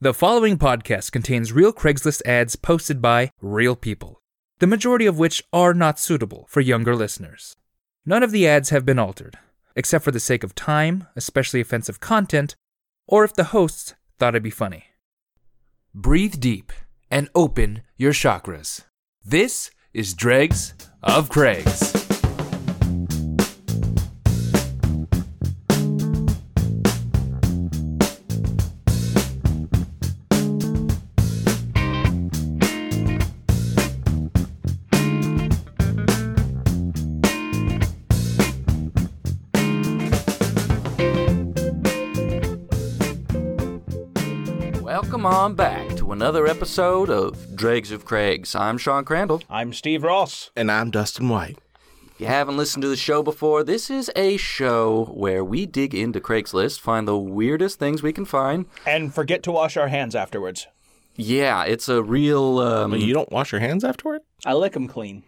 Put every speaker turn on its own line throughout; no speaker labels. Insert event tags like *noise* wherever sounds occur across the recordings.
The following podcast contains real Craigslist ads posted by real people, the majority of which are not suitable for younger listeners. None of the ads have been altered, except for the sake of time, especially offensive content, or if the hosts thought it'd be funny. Breathe deep and open your chakras. This is Dregs of Craigs.
Welcome on back to another episode of Dregs of Craigs. I'm Sean Crandall.
I'm Steve Ross.
And I'm Dustin White.
If you haven't listened to the show before, this is a show where we dig into Craigslist, find the weirdest things we can find.
And forget to wash our hands afterwards.
Yeah, it's a real. Um,
But you don't wash your hands afterward?
I lick them clean.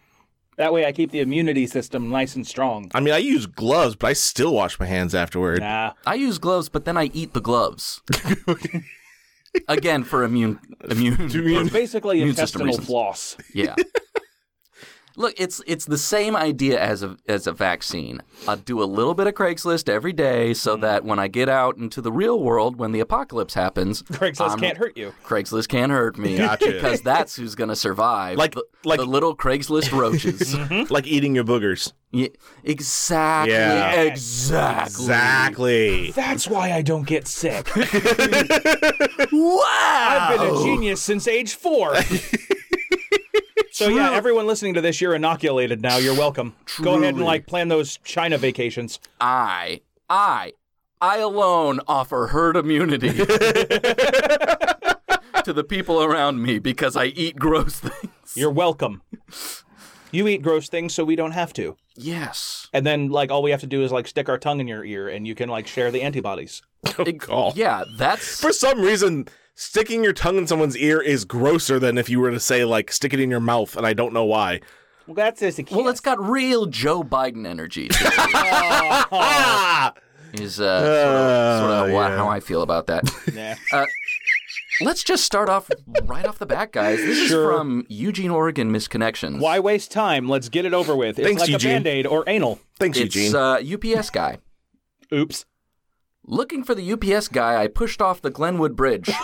That way I keep the immunity system nice and strong.
I mean, I use gloves, but I still wash my hands afterward.
Nah.
I use gloves, but then I eat the
*laughs*
gloves. Again, for immune immune.
It's basically
Immune system
intestinal
reasons.
floss.
Yeah. Look, it's it's the same idea as a as a vaccine. I do a little bit of Craigslist every day
Mm-hmm.
so that when I get out into the real world when the apocalypse happens,
*laughs* Craigslist
I'm-
can't hurt you.
Craigslist can't hurt me
Gotcha.
because that's who's gonna survive.
Like-
the,
like-
the little Craigslist
*laughs*
roaches.
Mm-hmm.
Like eating your boogers.
yeah, exactly.
Yeah.
Exactly.
Exactly.
That's why I don't get
*laughs*
sick.
*laughs*
Wow.
I've been a genius since
*laughs*
age four. so yeah, everyone listening to this, you're inoculated now. You're welcome. Go ahead and like plan those China vacations.
I I I alone offer herd immunity *laughs*
*laughs*
to the people around me because I eat gross *laughs* things.
You're welcome. You eat gross things so we don't have to.
Yes.
And then like all we have to do is like stick our tongue in your ear and you can like share the antibodies.
It-
call.
Yeah, that's
*laughs* For some reason, sticking your tongue in someone's ear is grosser than if you were to say, like, stick it in your mouth, and I don't know why.
Well, that's just a
well, it's got real Joe Biden energy. to it.
Oh, *laughs*
Ah!
Is uh, sort of, sort of
Uh,
wha-
yeah.
how I feel about that.
Nah.
Let's just start off right off the bat, guys. This
Sure.
is from Eugene, Oregon, misconnections.
Why waste time? Let's get it over with. It's
Thanks,
like
Eugene.
a band aid or anal.
Thanks,
It's
Eugene.
uh, UPS guy.
Oops.
Looking for the UPS guy, I pushed off the Glenwood Bridge. Tell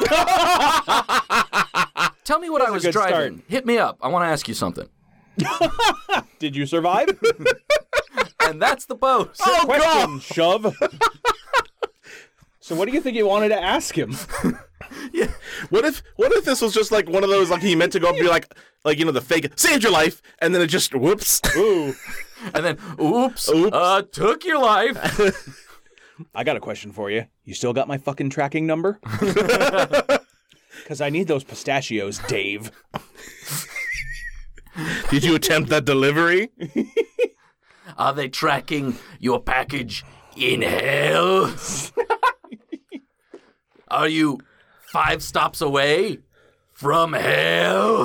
me what I was
good
driving.
start.
Hit me up. I want to ask you something.
Did you survive?
And that's the post.
*laughs* oh,
Question, shove. so, what do you think you wanted to ask him?
What if what if this was just like one of those like he meant to go up and be like like you know the fake saved your life and then it just *laughs* whoops
Ooh,
And then, oops,
Oops.
Uh, took your life.
I got a question for you. You still got my fucking tracking
*laughs*
number? Because I need those pistachios, Dave.
did you attempt that delivery
Are they tracking your package in *laughs* hell? Are you five stops away from hell?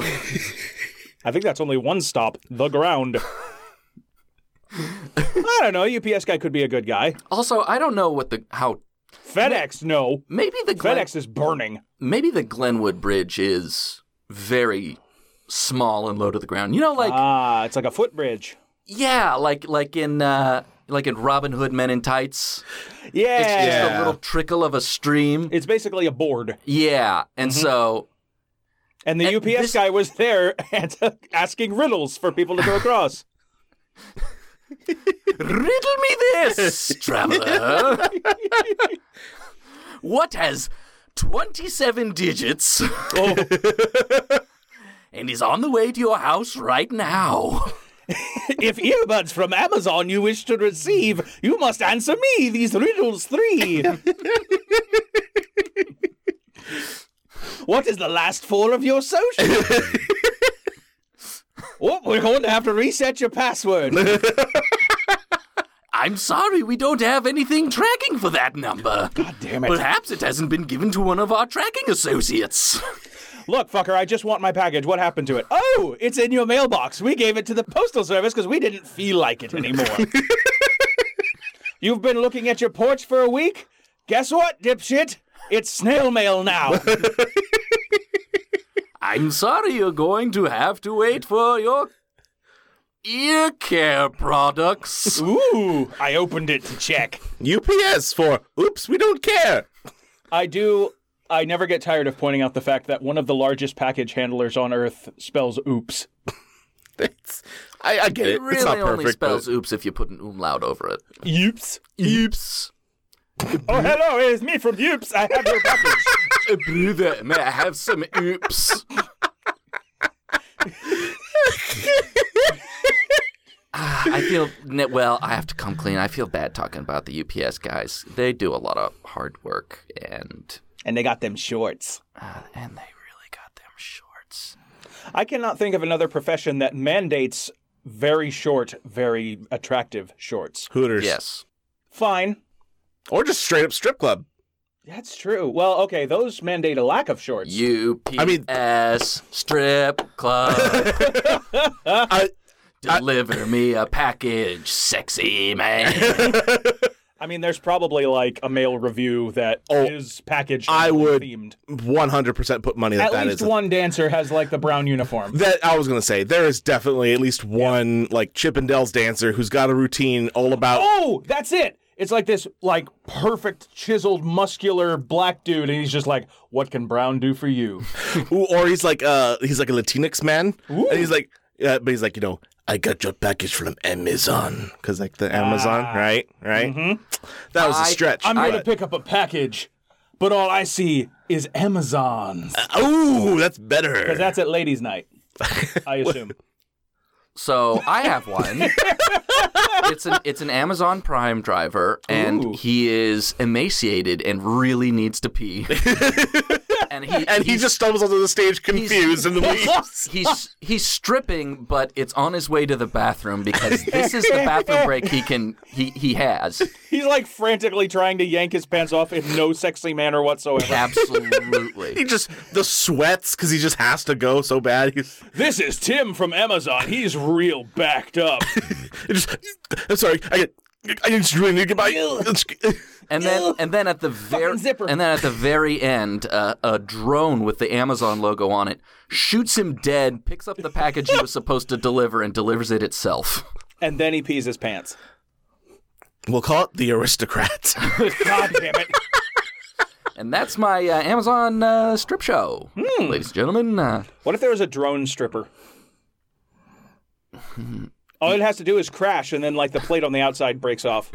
I think that's only one stop. The
*laughs*
ground. I don't know. UPS guy could be a good guy.
Also, I don't know what the how
FedEx, no.
maybe the Glen,
FedEx is burning.
maybe the Glenwood Bridge is very small and low to the ground. You know, like
Ah, it's like a footbridge.
yeah, like like in uh, like in Robin Hood Men in Tights.
Yeah.
It's just a
Yeah.
little trickle of a stream.
It's basically a board.
Yeah, and
Mm-hmm.
so
And the
And
UPS
this-
guy was there *laughs* and asking riddles for people to go across.
riddle me this, traveler. what has twenty-seven digits and is on the way to your house right now?
*laughs* if earbuds from Amazon you wish to receive, you must answer me these riddles three. *laughs* what is the last four of your *laughs* social? Oh, we're going to have to reset your password.
I'm sorry, we don't have anything tracking for that number.
God *laughs* damn it.
Perhaps it hasn't been given to one of our tracking associates.
Look, fucker, I just want my package. What happened to it? Oh, it's in your mailbox. We gave it to the postal service because we didn't feel like it anymore. *laughs* You've been looking at your porch for a week? Guess what, dipshit? It's snail mail *laughs* now.
I'm sorry you're going to have to wait for your ear care products.
Ooh, I opened it to check.
UPS for oops, we don't care. *laughs*
I do. I never get tired of pointing out the fact that one of the largest package handlers on Earth spells oops.
It's, I, I get it.
It really
it's not
only
perfect. but-
spells oops if you put an umlaut over it.
Oops.
Oops.
Oh, hello, it is me from oops. I have *laughs* your package.
Brother, may I have some oops? Ah, I feel ne- well. I have to come clean. I feel bad talking about the UPS guys. They do a lot of hard work, and
and they got them shorts.
uh, and they really got them shorts.
I cannot think of another profession that mandates very short, very attractive shorts.
Hooters.
Yes,
Fine.
Or just straight up strip club.
That's true. Well, okay, those mandate a lack of shorts.
UPS
mean-
strip club.
*laughs*
Uh-huh.
I,
Deliver me a package, sexy man.
I mean, there's probably like a mail review that is
Oh,
package
I
handling
would-
themed.
100% put money that
At
that
least
is a-
one dancer has like the brown uniform.
that I was gonna say there is definitely at least one like Chippendales dancer who's got a routine all about
oh, that's it. It's like this like perfect chiseled muscular black dude and he's just like, "What can brown do for
*laughs*
you?"
Oh!
Ooh, or he's like uh he's like a Latinx man, and he's like, uh, but he's like, you know, I got your package from Amazon, because like the Amazon, right, right. That was a
Ah. Mm-hmm. I-
stretch.
I'm going to
but-
pick up a package, but all I see is Amazons.
Ooh, that's better.
Cuz that's at ladies *laughs* night. I assume.
So I have one. it's an it's an Amazon Prime driver, and
Ooh.
he is emaciated and really needs to pee. and he
and he
he's-
just stumbles onto the stage confused
*laughs*
and leaves.
He's he's stripping, but it's on his way to the bathroom because this is the bathroom break he can he he has.
He's like frantically trying to yank his pants off in no sexy manner whatsoever.
*laughs* *laughs* he
Absolutely.
just the sweats because he just has to go so bad. He's
*laughs* this is Tim from Amazon. He's real backed up.
he just. I'm sorry. I. I just really need to get my.
And then and then at the very
Fucking zipper.
and then at the very end, uh, a drone with the Amazon logo on it shoots him dead, picks up the package he was supposed to deliver, and delivers it itself.
*laughs* and then he pees his pants.
We'll call it the aristocrat.
*laughs* God damn it.
And that's my uh, Amazon uh, strip show,
Hmm.
ladies and gentlemen. Uh,
What if there was a drone stripper? All it has to do is crash, and then like the plate on the outside breaks off.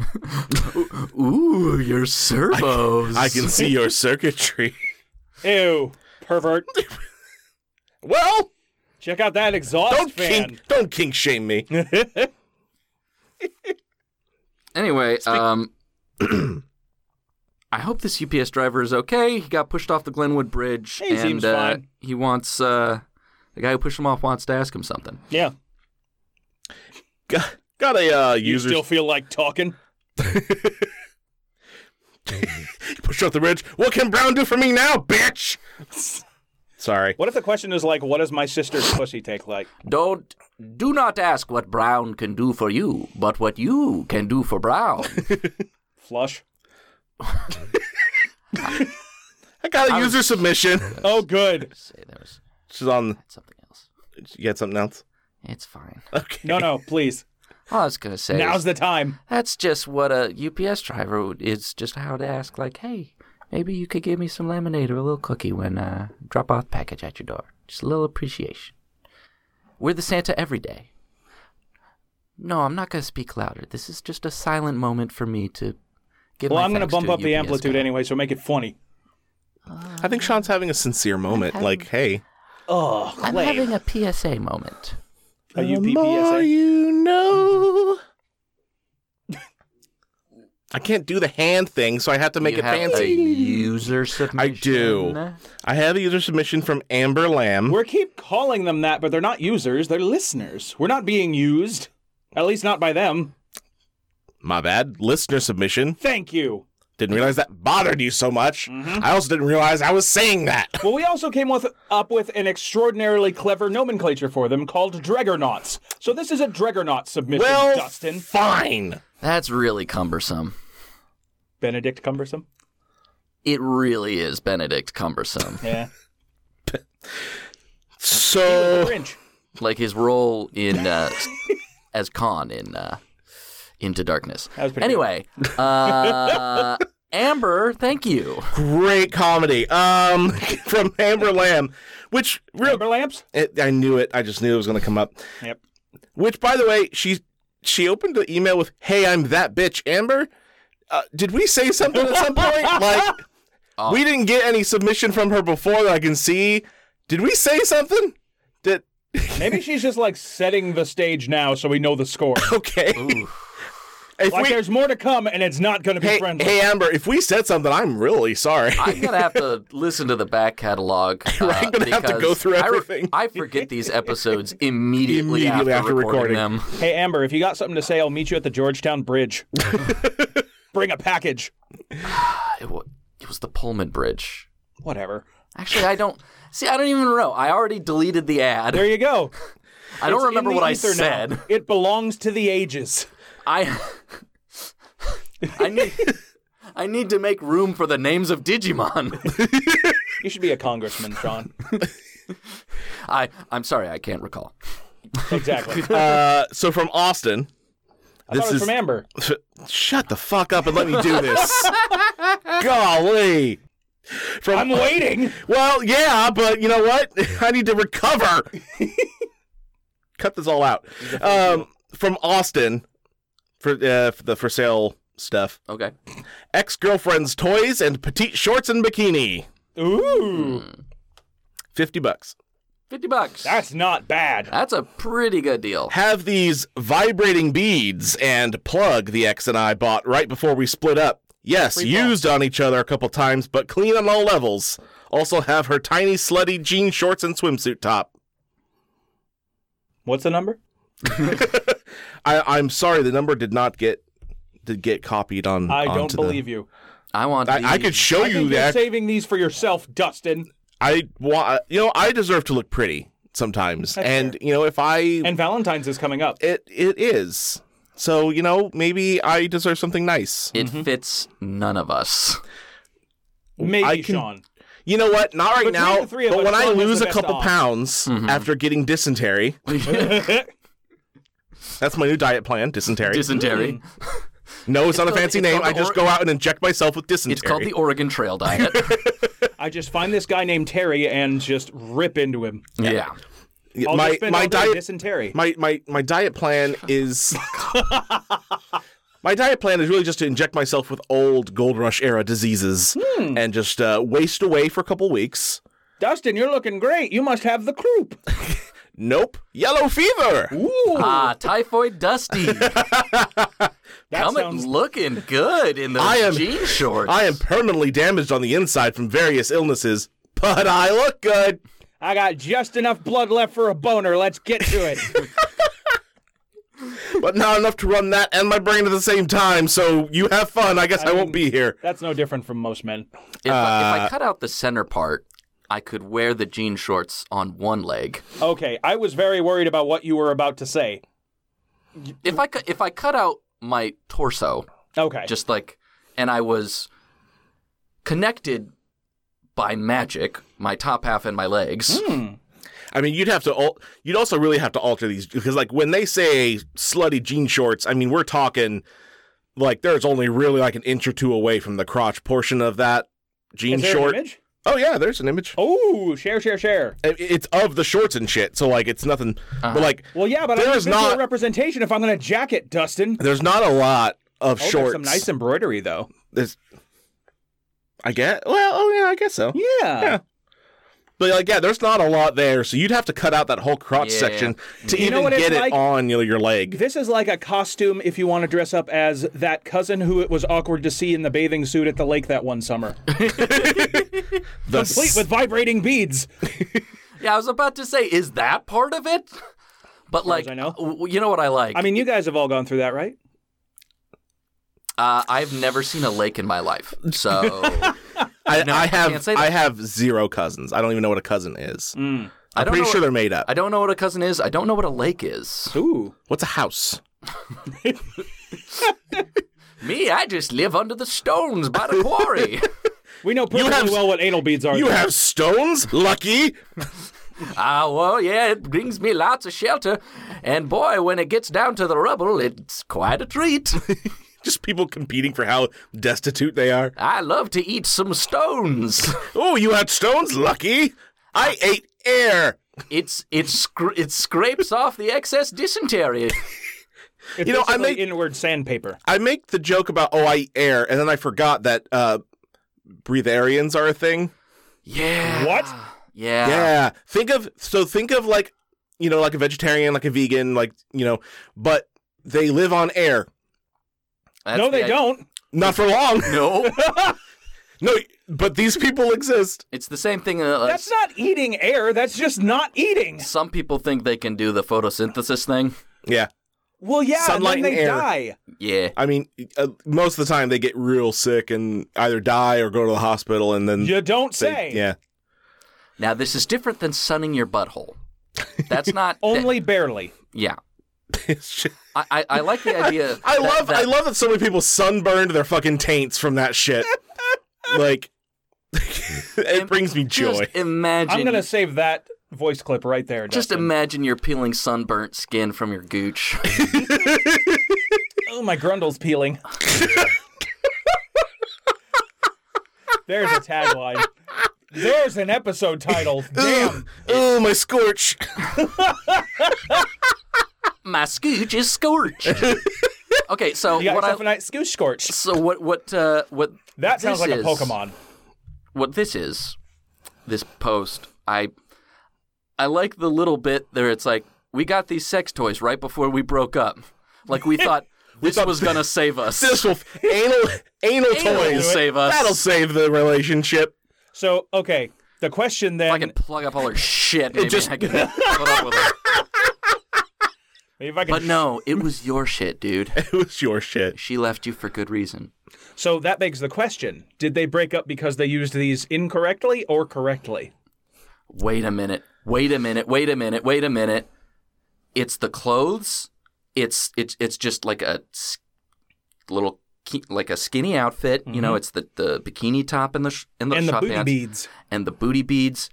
ooh, your servos.
*laughs* I can see your circuitry.
Ew, pervert!
Well,
Check out that exhaust
don't
fan.
kink, don't kink shame me.
Anyway, um, *clears throat* I hope this UPS driver is okay. He got pushed off the Glenwood Bridge,
He
and
seems
uh,
fine.
he wants uh, the guy who pushed him off wants to ask him something.
Yeah,
got, got a uh,
you
user
still feel like talking?
pushed off the ridge. What can Brown do for me now, bitch? Sorry.
What if the question is like, what does my sister's pussy take like?
Don't do not ask what Brown can do for you, but what you can do for
*laughs*
Brown.
Flush.
I got a user submission.
Oh, good.
Say there was
She's on.
something else.
You got something else?
It's fine.
Okay.
No, no,
*laughs*
please.
All I was gonna say is-
Now's the time.
That's just what a UPS driver would, is just how to ask, like, hey, maybe you could give me some lemonade or a little cookie when uh, drop off package at your door. Just a little appreciation. We're the Santa every day. No, I'm not going to speak louder. This is just a silent moment for me to give
Well,
my
I'm gonna
thanks
bump
to
up the
UPS
amplitude
guy.
anyway, so make it funny.
I think Sean's having a sincere moment. Like, hey,
Oh,
I'm having a PSA moment.
a
the more
UPPSA.
you know. *laughs* I can't do the hand thing, so I have to make
you
it
have a
fancy.
user submission.
I do. I have a user submission from Amber
Hmm?
Lamb.
We keep calling them that, but they're not users. They're listeners. We're not being used. At least not by them.
My bad. Listener submission.
Thank you.
Didn't realize that bothered you so much.
Mm-hmm.
I also didn't realize I was saying that.
Well, we also came with, up with an extraordinarily clever nomenclature for them called Dreggernauts. So this is a Dreggernaut submission,
Well,
Dustin.
fine.
That's really cumbersome.
Benedict Cumbersome.
it really is Benedict cumbersome. *laughs*
Yeah.
Uh,
So
Cringe.
like his role in uh, as Khan in uh, Into Darkness.
That was pretty
anyway, uh, Amber, thank you.
great comedy. Um, *laughs* from Amber Lamb, which real,
Amber lamps?
it, I knew it. I just knew it was going to come up.
Yep.
Which, by the way, she she opened the email with, "Hey, I'm that bitch, Amber." Uh, did we say something at
*laughs*
some point? Like, we didn't get any submission from her before that I can see. Did we say something? Did
Maybe she's just like setting the stage now so we know the score.
okay? *laughs* If
Like
we,
there's more to come and it's not going to be
hey,
friendly.
hey, Amber, if we said something, I'm really sorry.
I'm gonna have to listen to the back
*laughs*
catalog. Uh,
Right, gonna have to
because
go through
I re-
everything.
I, forget these
*laughs*
episodes immediately,
Immediately
after,
after
recording,
recording.
them.
Hey, Amber, if you got something to say, I'll meet you at the Georgetown Bridge. Bring a package.
It, wa- it was the Pullman Bridge.
Whatever.
Actually, I don't see. I don't even know. I already deleted the ad.
There you go.
I don't
It's in
remember
the
what I
ether now.
said.
It belongs to the ages.
I I need I need to make room for the names of Digimon.
You should be a congressman, Sean.
I I'm sorry, I can't recall.
Exactly.
*laughs* Uh, so from Austin, *laughs*
I thought it was from Amber.
Shut the fuck up and let me
*laughs*
do this. Golly. From,
I'm waiting.
well, yeah, but you know what? *laughs* I need to recover. Cut this all out. Um, from Austin for, uh, for the for sale stuff.
Okay.
Ex girlfriend's toys and petite shorts and bikini.
Ooh,
Fifty bucks.
Fifty bucks.
that's not bad.
That's a pretty good deal.
Have these vibrating beads and plug the ex and I bought right before we split up. Yes, used on each other a couple times, but clean on all levels. Also have her tiny slutty jean shorts and swimsuit top.
What's the number?
I, I'm sorry, the number did not get did get copied on.
I don't
onto the-
believe you.
I want the,
I, I could show
I
you
think you're
that.
saving these for yourself, Dustin.
I want. You know, I deserve to look pretty sometimes, and you know, if I
And Valentine's is coming up.
it it is. So you know, maybe I deserve something nice.
it fits none of
*laughs*
us.
Maybe
I can-
Sean.
You know what? Not right
Between
now.
the three of
but
us,
when I
Sean has
lose
the
a
best
couple
odds.
pounds
Mm-hmm.
after getting dysentery, that's my new diet plan. Dysentery.
Dysentery.
Mm-hmm. no, it's, not a
called-
fancy
it's
name.
called
I
the
just
or-
go out and inject myself with dysentery.
It's called the Oregon Trail
*laughs*
diet.
I just find this guy named Terry and just rip into him.
yeah.
Yeah,
I'll just
my
spend
my
all day
diet
dysentery.
my, my my diet plan is. My diet plan is really just to inject myself with old gold rush era diseases and just uh, waste away for a couple weeks.
Dustin, you're looking great. You must have the croup.
Nope, yellow fever.
Ooh,
Ah, typhoid
*laughs*
Dusty
that
coming
sounds
looking good in those
I am-
jean shorts.
I am permanently damaged on the inside from various illnesses, but I look good.
I got just enough blood left for a boner. Let's get to it.
but not enough to run that and my brain at the same time. So you have fun. I guess I, won't be here.
*laughs* That's no different from most men.
if, I,
uh,
if I cut out the center part, I could wear the jean shorts on one leg.
Okay, I was very worried about what you were about to say.
if I cu- if I cut out my torso,
Okay.
just like, and I was connected by magic, my top half and my legs.
Hmm.
I mean, you'd have to. Al- you'd also really have to alter these because, like, when they say slutty jean shorts, I mean, we're talking like there's only really like an inch or two away from the crotch portion of that jean
Is there an
short.
image?
Oh yeah, there's an image.
Oh, share, share, share.
I- It's of the shorts and shit. So like, it's nothing.
Uh-huh.
But like,
Well, yeah, but
There
I'm
is
visual
not-
representation if I'm going to jacket, Dustin.
there's not a lot of
Oh,
shorts.
there's some nice embroidery though.
There's- I guess. Well, oh yeah, I guess so.
Yeah.
Yeah. But like, yeah, there's not a lot there, so you'd have to cut out that whole crotch
Yeah.
section to
You know
even
what it's
get it
like?
on you know, your leg.
This is like a costume if you want to dress up as that cousin who it was awkward to see in the bathing suit at the lake that one *laughs* summer,
The
complete
s-
with vibrating beads.
Yeah, I was about to say, is that part of it? But like,
I know.
w- you know what I like?
I mean, you guys have all gone through that, right?
uh, I've never seen a lake in my life,
*laughs*
so
I, I
can't
have
say
I
that. Hmm.
have zero cousins. I don't even know what a cousin is.
I
I'm
don't
pretty
know
sure
what,
they're made up.
I don't know what a cousin is. I don't know what a lake is.
Ooh.
What's a house?
*laughs*
Me, I just live under the stones by the quarry.
We know perfectly
have-
well what anal beads are.
You
though.
have stones, Lucky.
Ah, well, yeah, it brings me lots of shelter. And boy, when it gets down to the rubble, it's quite a treat.
Just people competing for how destitute they are.
I love to eat some
*laughs*
stones.
Oh, you had stones, Lucky. I ate air.
It's it scr- it scrapes off the excess dysentery.
It's
you know, I
basically
may-
inward sandpaper.
I make the joke about oh, I eat air, and then I forgot that uh, breatharians are a thing.
Yeah.
What?
Yeah.
Yeah. Think of so think of like you know like a vegetarian, like a vegan, like you know, but they live on air.
That's
no, they
the-
don't.
Not for long.
*laughs* No,
*laughs* no, but these people exist.
it's the same thing. Uh,
That's not eating air. That's just not eating.
some people think they can do the photosynthesis thing.
Yeah.
Well, yeah,
Sunlight
and
and
then they
air.
die.
Yeah.
I mean, uh, most of the time they get real sick and either die or go to the hospital, and then
You don't
they-
say.
yeah. *laughs*
Now this is different than sunning your butthole. That's not
*laughs* Only barely.
that- yeah.
It's just-
I, I, I like the
*laughs*
idea.
I
that-
love
that-
I love that so many people sunburned their fucking taints from that
*laughs*
shit. like *laughs* it brings me joy.
Just imagine.
I'm gonna save that voice clip right there.
just
Dustin.
imagine you're peeling sunburnt skin from your gooch. *laughs*
Oh, my grundle's peeling. *laughs* There's a tagline. There's an episode title.
*laughs*
Damn.
Oh, my scorch.
My scooch is scorched.
*laughs*
okay, so
You got
what I
yourself a nice scooch scorch.
so what what uh, what
That sounds
this
like
is-
a Pokemon.
what this is, this post, I I like the little bit there. It's like we got these sex toys right before we broke up. Like we thought this was gonna save us.
This will anal anal
Anal will
toys.
save us.
That'll save the relationship. *laughs*
So, okay, the question then.
I can plug up all her shit. Maybe
just-
I can put up with her.
maybe if I can
But no, it was your shit, dude.
It was your shit.
She left you for good reason.
So that begs the question: Did they break up because they used these incorrectly or correctly?
Wait a minute. Wait a minute. Wait a minute. Wait a minute. It's the clothes. It's it's it's just like a s- little ki- like a skinny outfit. You know, it's the, the bikini top and the sh- and the,
Mm-hmm. and the
short
booty
pants
beads.
and the booty beads.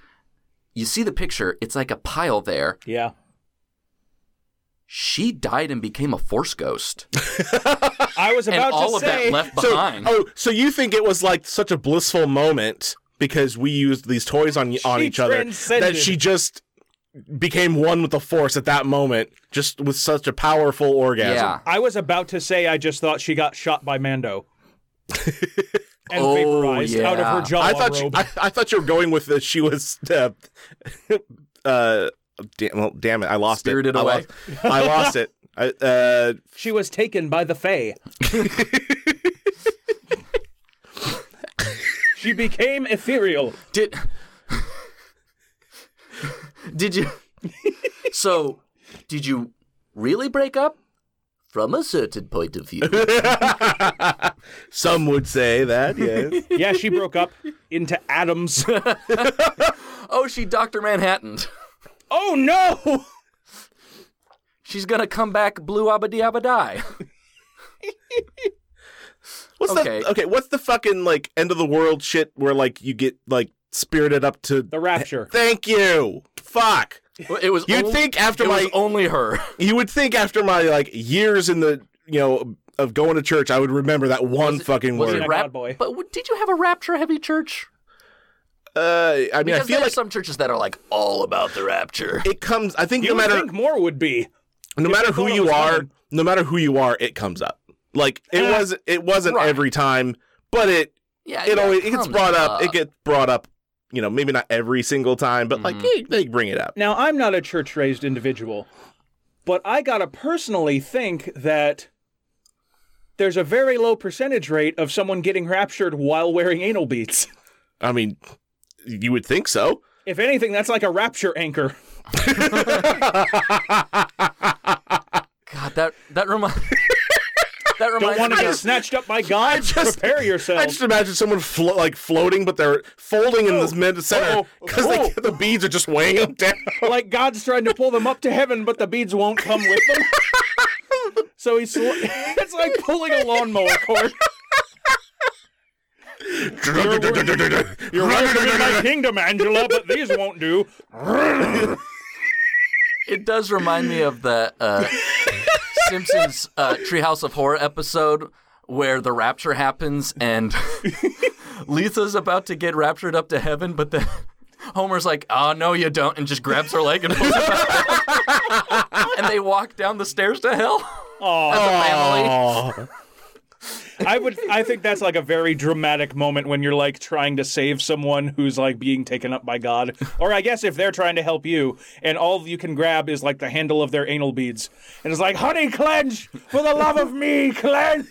You see the picture. It's like a pile there.
Yeah.
She died and became a force ghost,
I was
and
about
all
to
of
say
that left *laughs*
So,
behind.
oh, so you think it was like such a blissful moment because we used these toys on on
She
each other that
transcended.
she just became one with the force at that moment, just with such a powerful orgasm.
yeah.
I was about to say I just thought she got shot by
*laughs*
Mando. and
Oh,
vaporized out of
yeah.
her Jawa
I thought you,
robe.
I, I thought you were going with that she was uh, *laughs* uh damn, well, damn it I lost
Spirited
it I
Away.
lost, I
*laughs*
lost it I, uh
she was taken by the Fae. she became ethereal.
Did Did you So did you really break up? From a certain point of view.
some would say that yes
*laughs*
Yeah, she broke up into atoms. *laughs*
oh, she Dr. Manhattan.
oh no!
She's gonna come back blue abadi abadi.
what's
Okay.
the okay what's the fucking like end of the world shit where like you get like spirited up to
The rapture.
thank you fuck
It was
You'd
only,
think after
it was
my-
only her.
you would think after my like years in the you know of going to church I would remember that one fucking
Was
word
it
a
rap-
God boy.
But w- did you have a rapture heavy church?
uh I mean
Because
I feel
there
like
are some churches that are like all about the rapture.
it comes I think
You
no
would
matter
think more would be.
no matter who
thought it
you
was
are,
coming.
no matter who you are, it comes up. Like it
Eh.
was, it wasn't
Right.
every time, but it
Yeah,
it
yeah,
always it gets
comes
brought up. It
up.
gets brought up. You know, maybe not every single time, but like eh,
Mm-hmm.
they bring it up.
Now, I'm not a church raised individual, but I gotta personally think that there's a very low percentage rate of someone getting raptured while wearing anal beads.
I mean, you would think so.
If anything, that's like a rapture
*laughs*
anchor.
God, that that
*laughs*
reminds that
Don't
reminds
want to
me
get
of
snatched up by God?
just-
Prepare
I
yourself.
just imagine someone flo- like floating, but they're folding in the mid center
Oh.
because the beads are just weighing them down.
like God's trying to pull them up to heaven, but the beads won't come with them. *laughs* so he's sl- it's like pulling a lawnmower cord.
*laughs*
You're welcome in my kingdom, Angela, but these won't do.
It does remind me of the uh, Simpsons uh, Treehouse of Horror episode where the rapture happens and *laughs* Lisa's about to get raptured up to heaven, but then *laughs* Homer's like, "Oh no, you don't," and just grabs her leg and pulls her back. and they walk down the stairs to hell.
Aw.
The family.
I would. I think that's like a very dramatic moment when you're like trying to save someone who's like being taken up by God, or I guess if they're trying to help you, and all you can grab is like the handle of their anal beads, and it's like, "Honey, clench for the love of me, clench."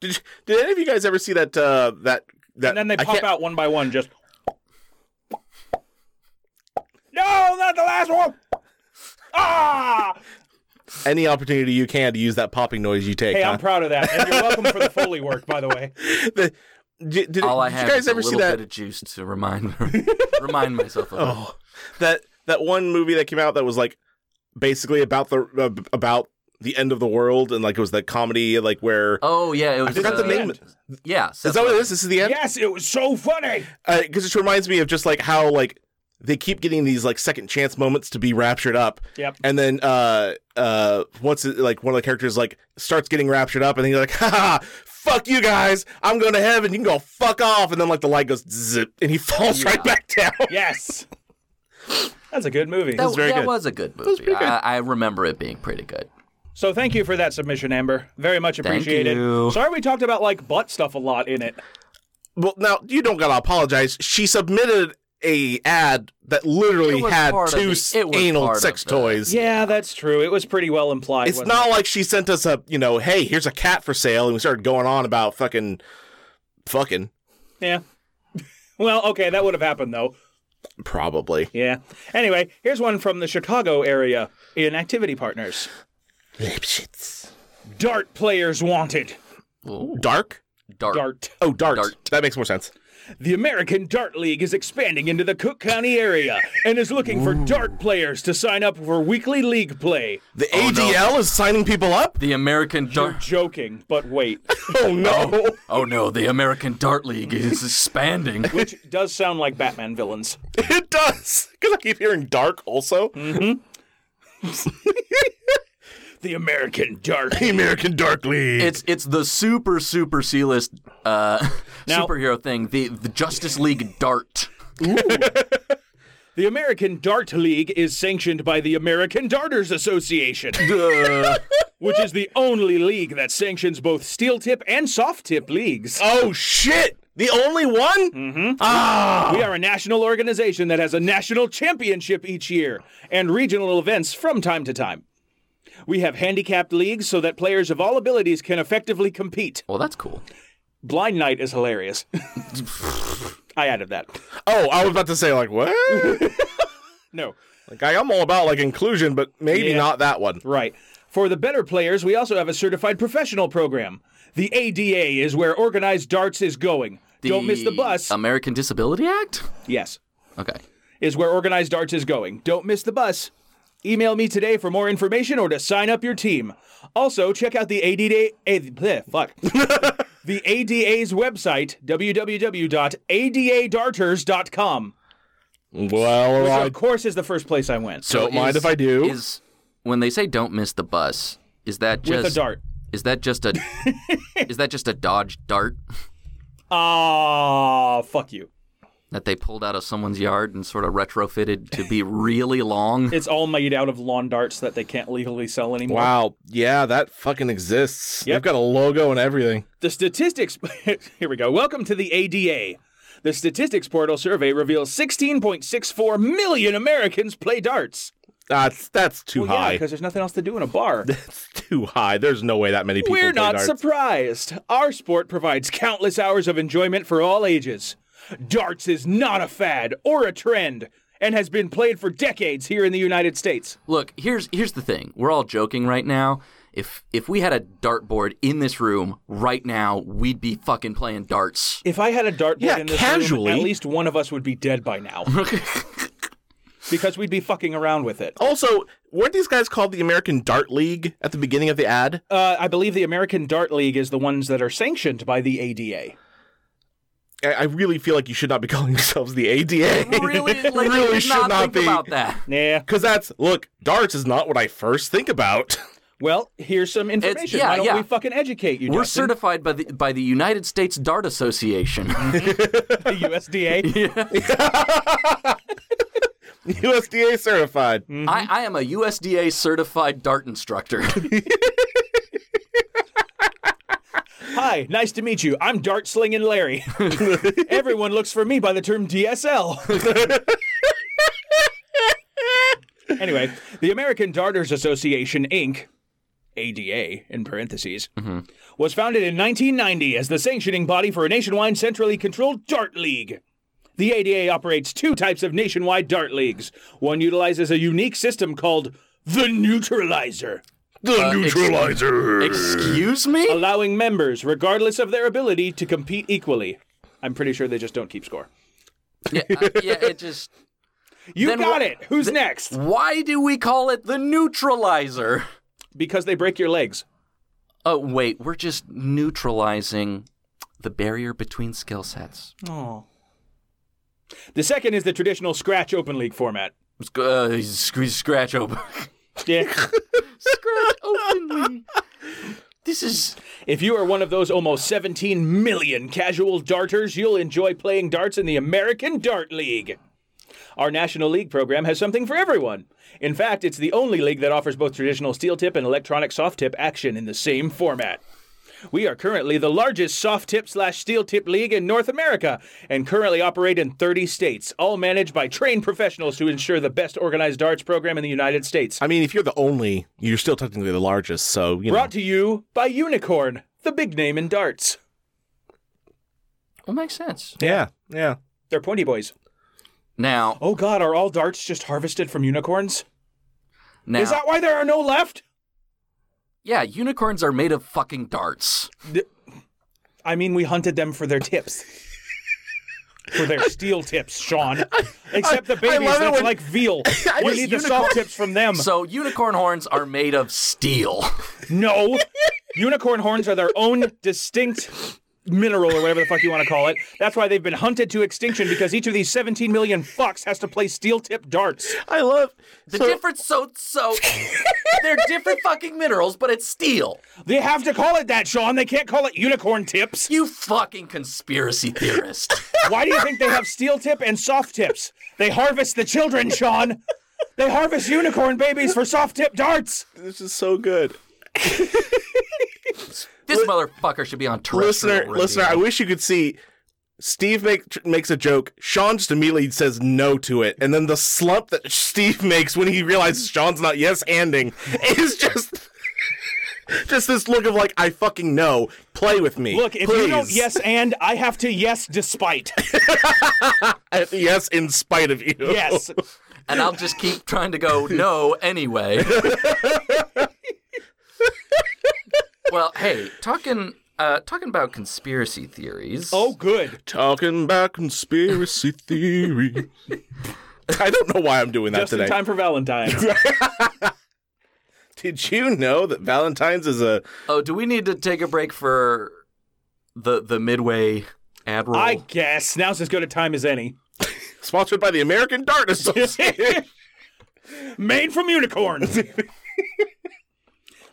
Did, did any of you guys ever see that? Uh, that that.
And then they
I
pop
can't-
out one by one, just. No, not the last one. Ah!
Any opportunity you can to use that popping noise you take.
Hey,
huh?
I'm proud of that, and you're welcome for the foley work, by the
*laughs*
way.
The- did, did,
All I
did
have
you guys
is a
ever see
little
that? Oh,
bit of juice to remind
*laughs*
remind myself of. it.
that that one movie that came out that was like basically about the uh, about the end of the world and like it was that comedy like where
Oh yeah, it was.
I forgot
uh,
the name.
Yeah, Seth
Is that what it
Rogen.
is? This is the end
Yes, it was so funny.
because Uh, it reminds me of just like how like they keep getting these like second chance moments to be raptured up.
Yep.
And then uh uh once it, like one of the characters like starts getting raptured up and he's like, *laughs* ha ha, fuck you guys, I'm going to heaven, you can go fuck off, and then like the light goes zip and he *laughs* falls right back down.
Yes. That's a good movie.
That,
very
that
good.
was a good movie. I, I remember it being pretty good.
So thank you for that submission, Amber. Very much appreciated.
you.
Sorry we talked about like butt stuff a lot in it.
Well now you don't gotta apologize. She submitted a ad that literally
It was
had
part of
two
the- it was
anal
part of
sex
the-
toys.
Yeah, that's true. It was pretty well implied.
It's
wasn't
not like she sent us a, you know, hey, here's a cat for sale, and we started going on about fucking, fucking.
it? Yeah. *laughs* Well, okay, that would have happened though.
Probably.
Yeah. Anyway, here's one from the Chicago area in Activity Partners. Dart players wanted.
Ooh,
Dark?
dark.
Dart.
Oh, dart.
Dart.
That makes more sense.
The American Dart League is expanding into the Cook County area and is looking for dart players to sign up for weekly league play.
The ADL is signing people up? *laughs*
The American
You're
Dart.
joking, but wait.
Oh, no.
Oh no, the American Dart League is expanding.
Which does sound like Batman villains.
it does. Because I keep hearing dark also.
Mm-hmm. The American Dart
The American Dark League.
It's it's the super super C list uh,
Now-
superhero thing. The the Justice League Dart.
The American Dart League is sanctioned by the American Darters Association, which is the only league that sanctions both steel tip and soft tip leagues.
oh, shit. The only one? Mm-hmm. Ah.
We are a national organization that has a national championship each year and regional events from time to time. We have handicapped leagues so that players of all abilities can effectively compete.
Well, that's cool.
Blind Knight is hilarious. *laughs* I added that.
Oh, I was about to say,
*laughs*
like, what?
No.
like, I am all about, like, inclusion, but maybe
Yeah.
not that one.
Right. For the better players, we also have a certified professional program. The ADA is where organized darts is going. Don't miss the bus.
American Disability Act.
yes,
Okay.
is where organized darts is going. Don't miss the bus. Email me today for more information or to sign up your team. Also, check out the ADA. A, bleh,
*laughs*
fuck. the ADA's website, www.adadarters.com.
Well,
Which,
I
of course, is the first place I went.
So
Don't mind if I do.
Is when they say don't miss the bus. Is that just
With a dart.
Is that just a is that just a Dodge Dart
Ah, fuck you.
that they pulled out of someone's yard and sort of retrofitted to be really long?
It's all made out of lawn darts that they can't legally sell anymore.
Wow. Yeah, that fucking exists.
Yep.
They've got a logo and everything.
The statistics. *laughs* here we go. Welcome to the ADA. The statistics portal survey reveals 16.64 million Americans play darts.
That's that's too
Well, yeah,
high.
because there's nothing else to do in a
*laughs*
bar.
that's too high. There's no way that many people.
We're
play
not
darts.
surprised. Our sport provides countless hours of enjoyment for all ages. Darts is not a fad or a trend and has been played for decades here in the United States.
Look, here's here's the thing. We're all joking right now. If if we had a dartboard in this room right now, we'd be fucking playing *laughs* darts.
If I had a dartboard
Yeah,
in this
casually.
room, at least one of us would be dead by
*laughs*
now. because we'd be fucking around with it.
Also, weren't these guys called the American Dart League at the beginning of the ad?
Uh, I believe the American Dart League is the ones that are sanctioned by the ADA.
I, I really feel like you should not be *laughs* calling yourselves the ADA. *laughs*
Really, like, I did not think about that.
Nah.
Because that's look, darts is not what I first think about. *laughs*
Well, here's some information.
yeah,
Why don't
yeah.
we fucking educate you?
We're
Justin?
certified by the by the United States Dart Association.
*laughs* the
*laughs*
USDA.
USDA certified.
I, I am a USDA certified dart *laughs* instructor.
Hi, nice to meet you. I'm dart slinging Larry. Everyone looks for me by the term DSL. anyway, the American Darters Association, Inc., ADA in parentheses, was founded in 1990 as the sanctioning body for a nationwide centrally controlled dart league. The ADA operates two types of nationwide dart leagues. One utilizes a unique system called the neutralizer.
The neutralizer.
Excuse me?
allowing members, regardless of their ability, to compete equally. I'm pretty sure they just don't keep score.
yeah, uh, yeah, it just.
You
Then
got
wha-
it. Who's next?
Why do we call it the neutralizer?
Because they break your legs.
Oh, wait, we're just neutralizing the barrier between skill sets.
The second is the traditional scratch open league format.
Sc- Uh, sc- scratch open. *laughs*
Yeah.
scratch openly. This is.
if you are one of those almost 17 million casual darters, you'll enjoy playing darts in the American Dart League. Our National League program has something for everyone. In fact, it's the only league that offers both traditional steel tip and electronic soft tip action in the same format. We are currently the largest soft tip slash steel tip league in North America and currently operate in 30 states, all managed by trained professionals to ensure the best organized darts program in the United States.
I mean, if you're the only, you're still technically the largest. So you know.
Brought to you by Unicorn, the big name in darts.
Well, makes sense.
yeah, yeah.
They're pointy boys.
Now,
Oh god, are all darts just harvested from unicorns?
now.
Is that why there are no left?
yeah, unicorns are made of fucking darts.
I mean, we hunted them for their tips. for
*laughs*
their steel tips, Sean. Except the
I- I
babies
love it
that's
when-
like
*laughs*
veal. We
Wait,
need the soft tips from them.
So, unicorn horns are made of steel.
No.
*laughs*
Unicorn horns are their own distinct mineral or whatever the fuck you want to call it. That's why they've been hunted to extinction because each of these 17 million fucks has to play steel tip darts.
I love
The
so-
difference, so so, they're different fucking minerals, but it's steel.
They have to call it that, Sean. They can't call it unicorn tips.
You fucking conspiracy theorist.
Why do you think they have steel tip and soft tips? They harvest the children, Sean. They harvest unicorn babies for soft tip darts.
This is so good.
This motherfucker should be on terrestrial
listener,
radio.
listener, I wish you could see. Steve make, tr- makes a joke. Sean just immediately says no to it, and then the slump that Steve *laughs* makes when he realizes Sean's not yes handing *laughs* is just, *laughs* just this look of like I fucking know. Play with me.
Look, if you don't
please."
yes and, I have to yes despite.
I- *laughs* yes, in spite of you.
Yes.
and I'll just keep trying to go no anyway. well, hey, talking uh, talking about conspiracy theories.
Oh, good.
*laughs* Talking
*laughs*
about conspiracy theory. I don't know why I'm doing that
Just
today.
in time for Valentine's.
Did you know that Valentine's is uh, a
oh, do we need to take a break for the the midway ad roll?
I guess now's as good a time as any.
sponsored by the
*laughs*
American Dart Association?
Made from unicorns. *laughs*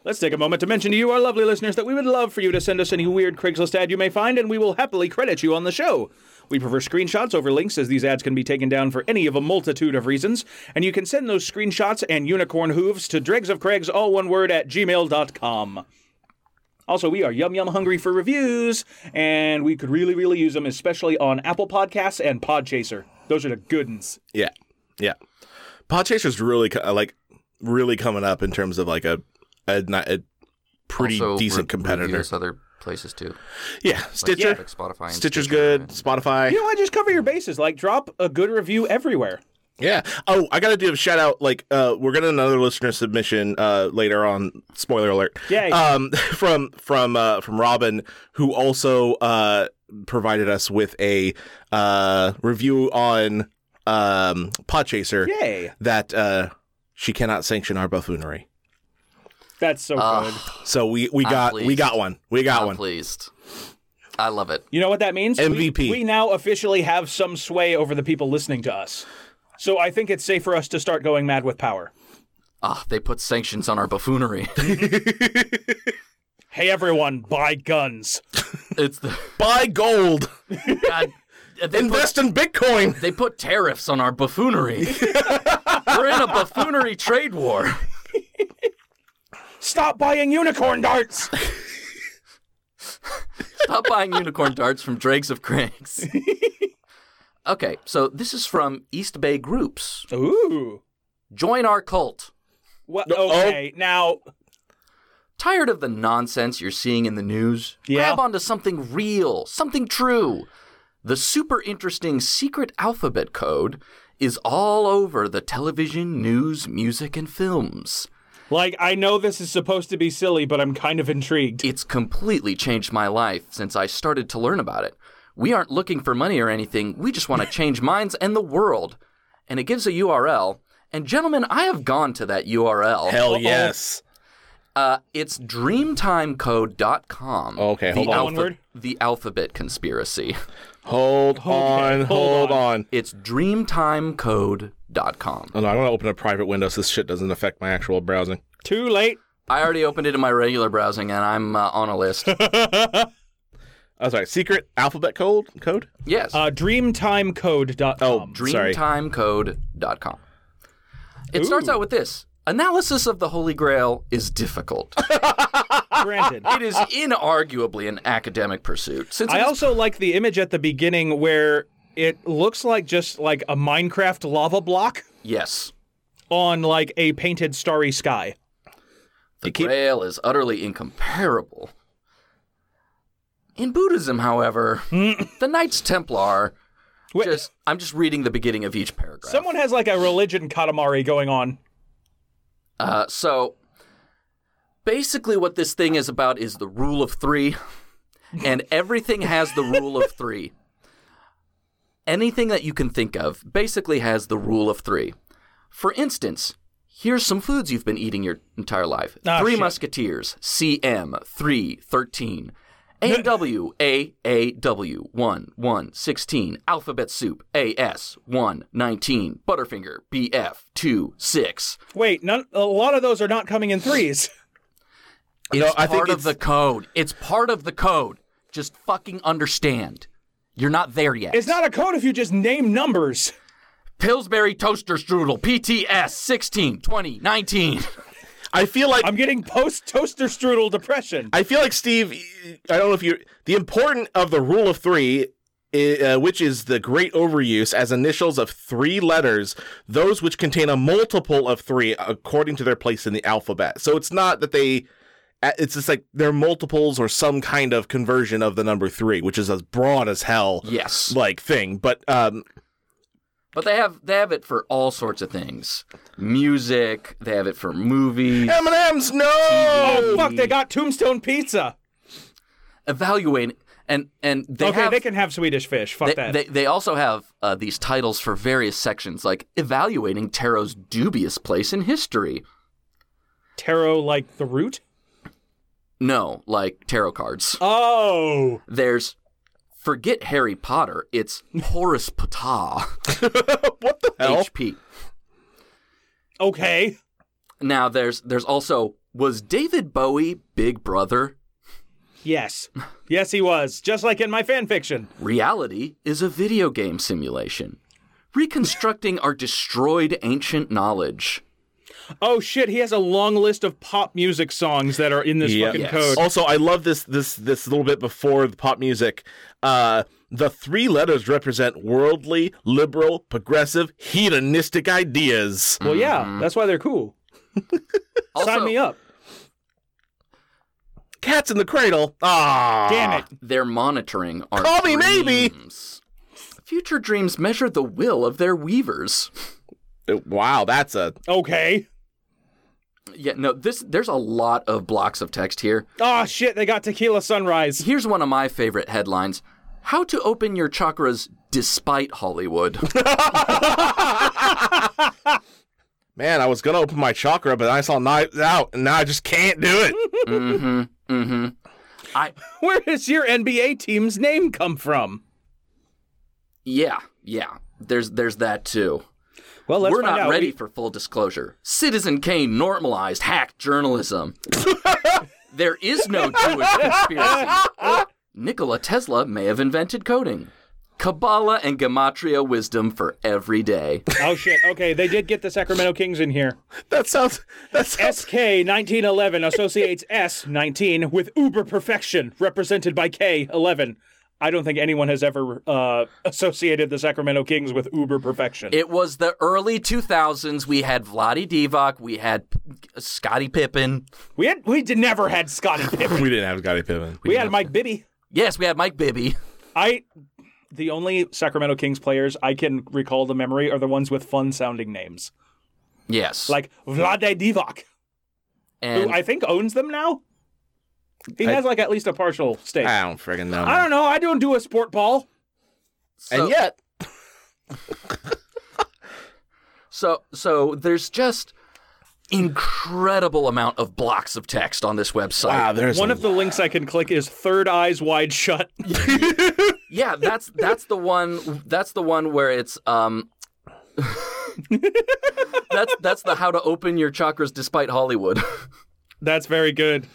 Let's take a moment to mention to you, our lovely listeners, that we would love for you to send us any weird Craigslist ad you may find, and we will happily credit you on the show. We prefer screenshots over links, as these ads can be taken down for any of a multitude of reasons, and you can send those screenshots and unicorn hooves to dregsofcraigs, all one word, at gmail.com. Also, we are yum yum hungry for reviews, and we could really, really use them, especially on Apple Podcasts and Podchaser. Those are the good ones.
yeah, yeah. Podchaser's really co- uh, like really coming up in terms of like a a, ni- a pretty
Also
decent
re-
competitor.
reviews other places too.
Yeah, Stitcher.
Like Spotify and
Stitcher's
Stitcher
good.
and-
Spotify.
You know, I just cover your bases. Like, drop a good review everywhere.
Yeah. Oh, I gotta do a shout out. Like, uh, we're getting another listener submission uh, later on. Spoiler alert.
Yay.
Um, *laughs* from from uh, from Robin, who also uh, provided us with a uh, review on um, Podchaser
Yay.
that uh, she cannot sanction our buffoonery.
That's so
Ah.
good.
So we we
I'm
got we
pleased.
got one. We got
I'm
one.
pleased. I love it.
You know what that means? We-
MVP.
We, now officially have some sway over the people listening to us. So I think it's safe for us to start going mad with power.
Ah, they put sanctions on our buffoonery. *laughs*
Hey everyone, buy guns.
it's the
Buy gold.
God. They put,
*laughs* Invest in Bitcoin.
they put tariffs on our buffoonery. We're in a buffoonery trade war.
Stop buying unicorn darts.
Stop buying unicorn darts from Drakes of Cranks. Okay, so this is from East Bay Groups.
Ooh.
Join our cult.
What?
oh.
Okay, now
Tired of the nonsense you're seeing in the news?
Yeah.
Grab onto something real, something true. The super interesting secret alphabet code is all over the television, news, music, and films.
Like, I know this is supposed to be silly, but I'm kind of intrigued.
It's completely changed my life since I started to learn about it. We aren't looking for money or anything, we just want
*laughs*
to change minds and the world. And it gives a URL. And gentlemen, I have gone to that URL.
Hell yes.
Uh, it's dreamtimecode.com.
Oh, Okay, hold
the
on. One word?
The alphabet conspiracy.
Hold on. Hold on.
It's dreamtimecode.com.
Oh, no, I'm gonna open a private window so this shit doesn't affect my actual browsing.
Too late.
I already opened it in my regular browsing and I'm uh, on a
*laughs*
list.
Oh, sorry. Secret alphabet code. Code.
yes.
Uh, dreamtimecode.com.
Oh, sorry.
dreamtimecode.com. It starts out with this. Analysis of the Holy Grail is difficult.
granted.
it is inarguably an academic pursuit. Since
I
it is-
also like the image at the beginning where it looks like just like a Minecraft lava block
yes,
on like a painted starry sky.
the
You keep-
Grail is utterly incomparable. In Buddhism, however, the Knights Templar
Wait.
just I'm just reading the beginning of each paragraph.
Someone has like a religion katamari going on.
Uh, so basically, what this thing is about is the rule of three, *laughs* and everything has the rule of three. Anything that you can think of basically has the rule of three. For instance, here's some foods you've been eating your entire life
Ah,
Three
shit.
Musketeers, CM, 313. AW, AAW, 1, 1, 16. Alphabet Soup, AS, 1, 19. Butterfinger, BF, 2, 6.
Wait, none, a lot of those are not coming in threes.
It's
No, I
part
think
of
it's-
the code. It's part of the code. Just fucking understand. You're not there yet.
It's not a code if you just name numbers.
Pillsbury Toaster Strudel, PTS 16, 20, 19.
I feel like
I'm getting post toaster strudel depression.
I feel like Steve. I don't know if you. The important of the rule of three, i- uh, which is the great overuse as initials of three letters, those which contain a multiple of three according to their place in the alphabet. So it's not that they. uh, It's just like they're multiples or some kind of conversion of the number three, which is as broad as hell,
Yes.
like thing. But um,
But they have they have it for all sorts of things. Music, they have it for movies.
M and M's, no.
Oh, fuck, they got tombstone pizza.
Evaluate and and they
okay,
have
they can have Swedish fish. Fuck
they,
that.
they, they also have uh, these titles for various sections like evaluating tarot's dubious place in history.
Tarot like the root?
No, like tarot cards.
Oh.
There's forget Harry Potter.
*laughs*
It's Horace Patah.
what the hell?
HP.
Okay.
Now there's there's also was David Bowie Big Brother? *laughs*
Yes. Yes, he was. Just like in my fan fiction.
Reality is a video game simulation. Reconstructing our destroyed ancient knowledge.
Oh shit, he has a long list of pop music songs that are in this
Yeah.
fucking
Yes.
code.
Also, I love this this this little bit before the pop music. Uh, the three letters represent worldly, liberal, progressive, hedonistic ideas.
Well,
Mm-hmm.
yeah, that's why they're cool.
Also,
Sign me up.
Cats in the cradle. Ah,
Damn it.
They're monitoring our
Call me maybe.
dreams. Future dreams measure the will of their weavers.
it! Wow, that's a
Okay.
Yeah, no, this there's a lot of blocks of text here.
Oh shit, they got Tequila Sunrise. *laughs*
Here's one of my favorite headlines How to Open Your Chakras Despite
*laughs*
Hollywood.
man. I was gonna
*laughs*
open my chakra, but I saw knives out, and now I just can't do it.
hmm I
Where does your NBA team's name come from?
yeah yeah. There's there's that too.
Well, let's
We're
find
not
out.
ready
We-
for full disclosure. Citizen Kane normalized hack
*laughs*
journalism. there is no Jewish
*laughs*
conspiracy. Nikola Tesla may have invented coding. Kabbalah and Gematria wisdom for every day.
oh shit. Okay, they did get the Sacramento Kings in here.
*laughs* That sounds. That sounds.
SK 1911 associates S19 with uber perfection, represented by K11. I don't think anyone has ever uh, associated the Sacramento Kings with uber perfection.
It was the early 2000s. We had Vladi Divac. We had Scottie Pippen.
we had we did, never had Scottie Pippen.
we didn't have Scotty Pippen.
we had Mike Bibby.
Yes, we had Mike Bibby.
I the only Sacramento Kings players I can recall the memory are the ones with fun sounding names.
Yes.
Like Vlade Divac,
and
who I think owns them now. He
I- Um,
has like at least a partial stake.
I don't friggin' know.
I don't know. I don't do a sport ball.
so,
and yet,
So so there's just incredible amount of blocks of text on this website.
wow, there's
One
a-
of the links I can click is third eyes wide shut. *laughs*
Yeah, that's that's the one that's the one where it's um *laughs* That's that's the how to open your chakras despite Hollywood. *laughs*
That's very good.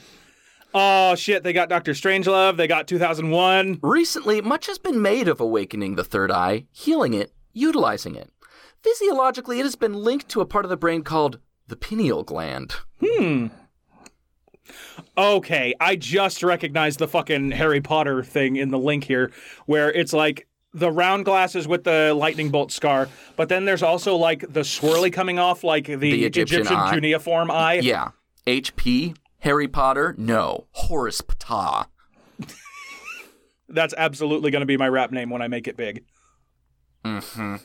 Oh shit, they got Doctor Strangelove, they got 2001.
Recently, much has been made of awakening the third eye, healing it, utilizing it. Physiologically, it has been linked to a part of the brain called the pineal gland.
Okay, I just recognized the fucking Harry Potter thing in the link here where it's like the round glasses with the lightning bolt scar, but then there's also like the swirly coming off like the,
Egyptian eye.
cuneiform eye.
Yeah. HP, Harry Potter, no. Horace Ptah.
That's absolutely going to be my rap name when I make it big.
And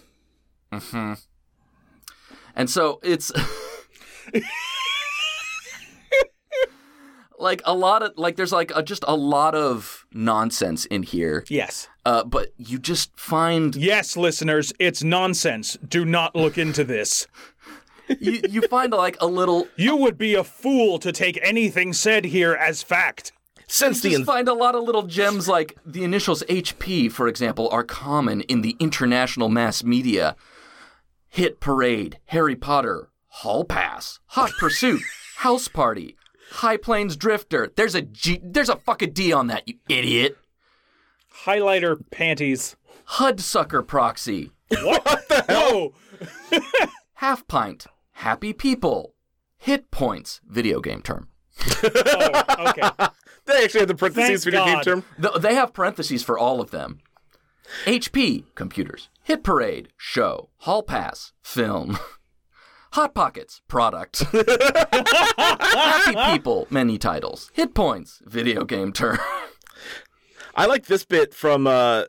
so it's *laughs* like a lot of like there's like a, just a lot of nonsense in here.
Yes.
Uh, but you just find
Yes, listeners, it's nonsense. Do not look into this.
you, you find like a little
You would be a fool to take anything said here as fact.
since the
just find a lot of little gems like the initials HP, for example, are common in the international mass media. Hit Parade, Harry Potter, Hall Pass, Hot Pursuit, House Party, High Plains Drifter. There's a G, there's a fucking D on that, you idiot.
Highlighter
*laughs*
panties.
Hudsucker Proxy,
Whoa!
Half Pint, Happy People, Hit Points, video game term.
Oh, okay.
they actually have the
Thank
parentheses for your game
God.
term.
Th- They have parentheses for all of them. HP, computers. Hit Parade, show. Hall Pass, film. *laughs* Hot Pockets, product. *laughs* Happy People, many titles. Hit Points, video game term. *laughs*
I like this bit from uh,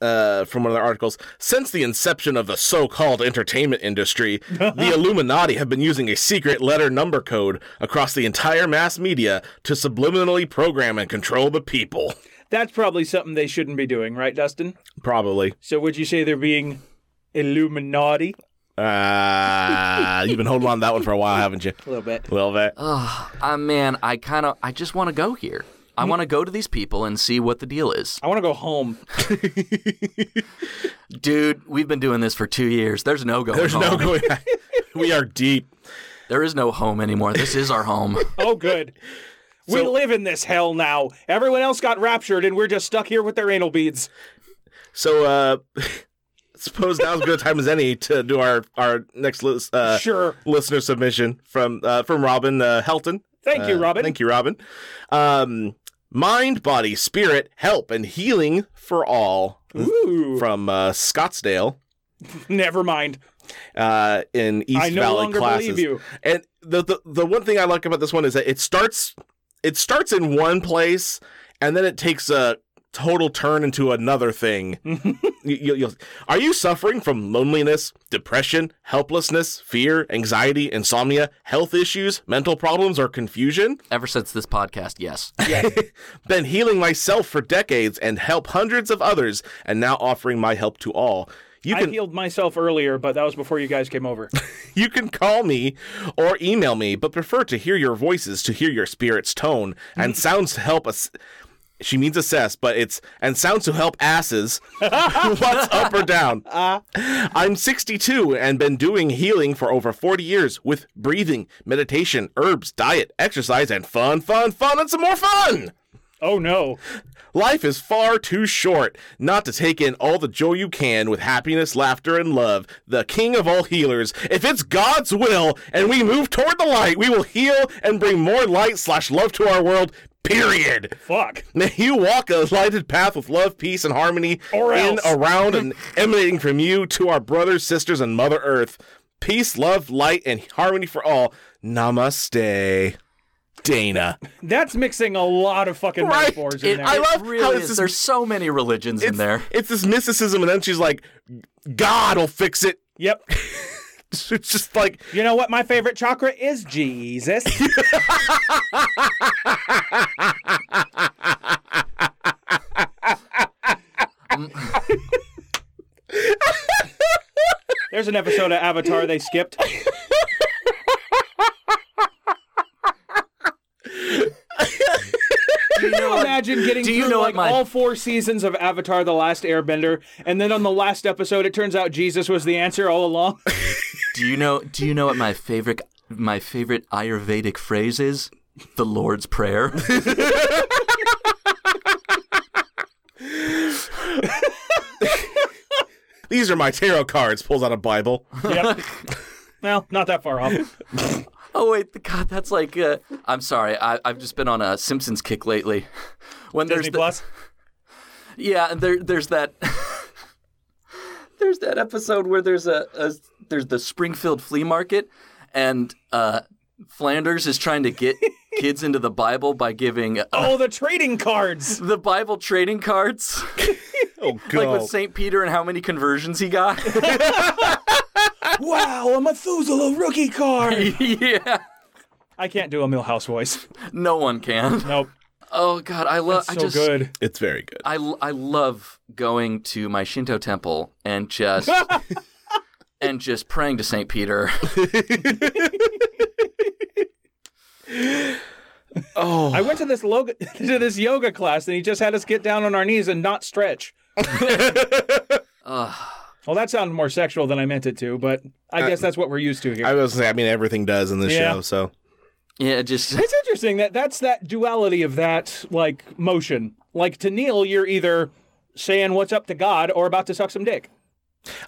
uh, from one of the articles. Since the inception of the so-called entertainment industry, the Illuminati have been using a secret letter number code across the entire mass media to subliminally program and control the people.
That's probably something they shouldn't be doing, right, Dustin?
Probably.
So would you say they're being Illuminati?
*laughs* Uh, you've been holding on to that one for a while, haven't you?
A little bit.
A little bit.
Ah, man, I kind of, I just want to go here. I want to go to these people and see what the deal is.
I want to go home.
Dude, we've been doing this for two years. There's no going
There's
home.
no going. we are deep.
there is no home anymore. This is our *laughs* home.
Oh,
*laughs*
good. we live in this hell now. Everyone else got raptured, and we're just stuck here with their anal beads.
So, uh, *laughs* suppose now's as good a time as any to do our our next lis- uh,
Sure.
listener submission from uh, from Robin uh, Helton.
Thank you,
Uh,
Robin.
Thank you, Robin. Um, mind, body, spirit, help, and healing for all
Ooh.
from uh, Scottsdale
Never mind.
uh, in East
I no
Valley
longer
classes.
believe you.
And the, the the one thing I like about this one is that it starts it starts in one place and then it takes a total turn into another thing. You- you- you'll- are you suffering from loneliness, depression, helplessness, fear, anxiety, insomnia, health issues, mental problems, or confusion?
Ever since this podcast, yes.
Been healing myself for decades and help hundreds of others, and now offering my help to all. You
I
can
healed myself earlier, but that was before you guys came
*laughs*
over.
You can call me or email me, but prefer to hear your voices to hear your spirit's tone and sounds to help us. She means assess, but it's and sounds to help asses. *laughs* What's up or down? I'm 62 and been doing healing for over 40 years with breathing, meditation, herbs, diet, exercise, and fun, fun, fun, and some more fun.
Oh no.
Life is far too short not to take in all the joy you can with happiness, laughter, and love, the king of all healers. If it's God's will and we move toward the light, we will heal and bring more light slash love to our world, period.
Fuck.
May you walk a lighted path with love, peace, and harmony
Or
in,
else. *laughs*
around, and emanating from you to our brothers, sisters, and Mother Earth. Peace, love, light, and harmony for all. Namaste. Dana.
That's mixing a lot of fucking
Right.
metaphors in
It,
there.
I
love how
love really
this
is.
is-
There's so many religions in there.
It's this mysticism, and then she's like, God will fix it. *laughs*
yep.
It's just like,
You know what? My favorite chakra
*laughs*
is Jesus. There's an episode of Avatar they skipped.
Do you *laughs* know?
Imagine getting
Do you
through
know what
like
my-
all four seasons of Avatar: The Last Airbender, and then on the last episode, it turns out Jesus was the answer all along.
Do you know? Do you know what my favorite my favorite Ayurvedic phrase is? The Lord's Prayer. *laughs*
these are my tarot cards. Pulls out
*laughs*
a Bible.
*laughs* yep. Well, not that far off.
Oh wait, God, that's like. Uh, I'm sorry, I, I've just been on a Simpsons kick lately. When
Disney
there's the,
*laughs* Plus.
yeah, and there there's that. *laughs* there's that episode where there's a, a there's the Springfield flea market, and uh, Flanders is trying to
*laughs*
get kids into the Bible by giving uh,
Oh, the trading cards.
the Bible trading cards, *laughs*
Oh,
like
God.
with Saint Peter and how many conversions he got. *laughs*
wow, a Methuselah rookie card.
yeah,
*laughs* I can't do a Millhouse voice.
no one can.
Nope.
Oh God, I love.
That's so
I just,
good.
it's very good.
I, I love going to my Shinto temple and
*laughs*
just and just praying to Saint Peter. *laughs*
Oh,
I went to this logo, *laughs* to this yoga class, and he just had us get down on our knees and not *laughs* stretch. Well, that sounded more sexual than I meant it to, but I guess that's what we're used to here.
I was gonna say, I mean, everything does in this
Yeah.
show. So
Yeah, just
it's interesting that that's that duality of that like motion. Like to kneel, you're either saying what's up to God or about to suck some dick.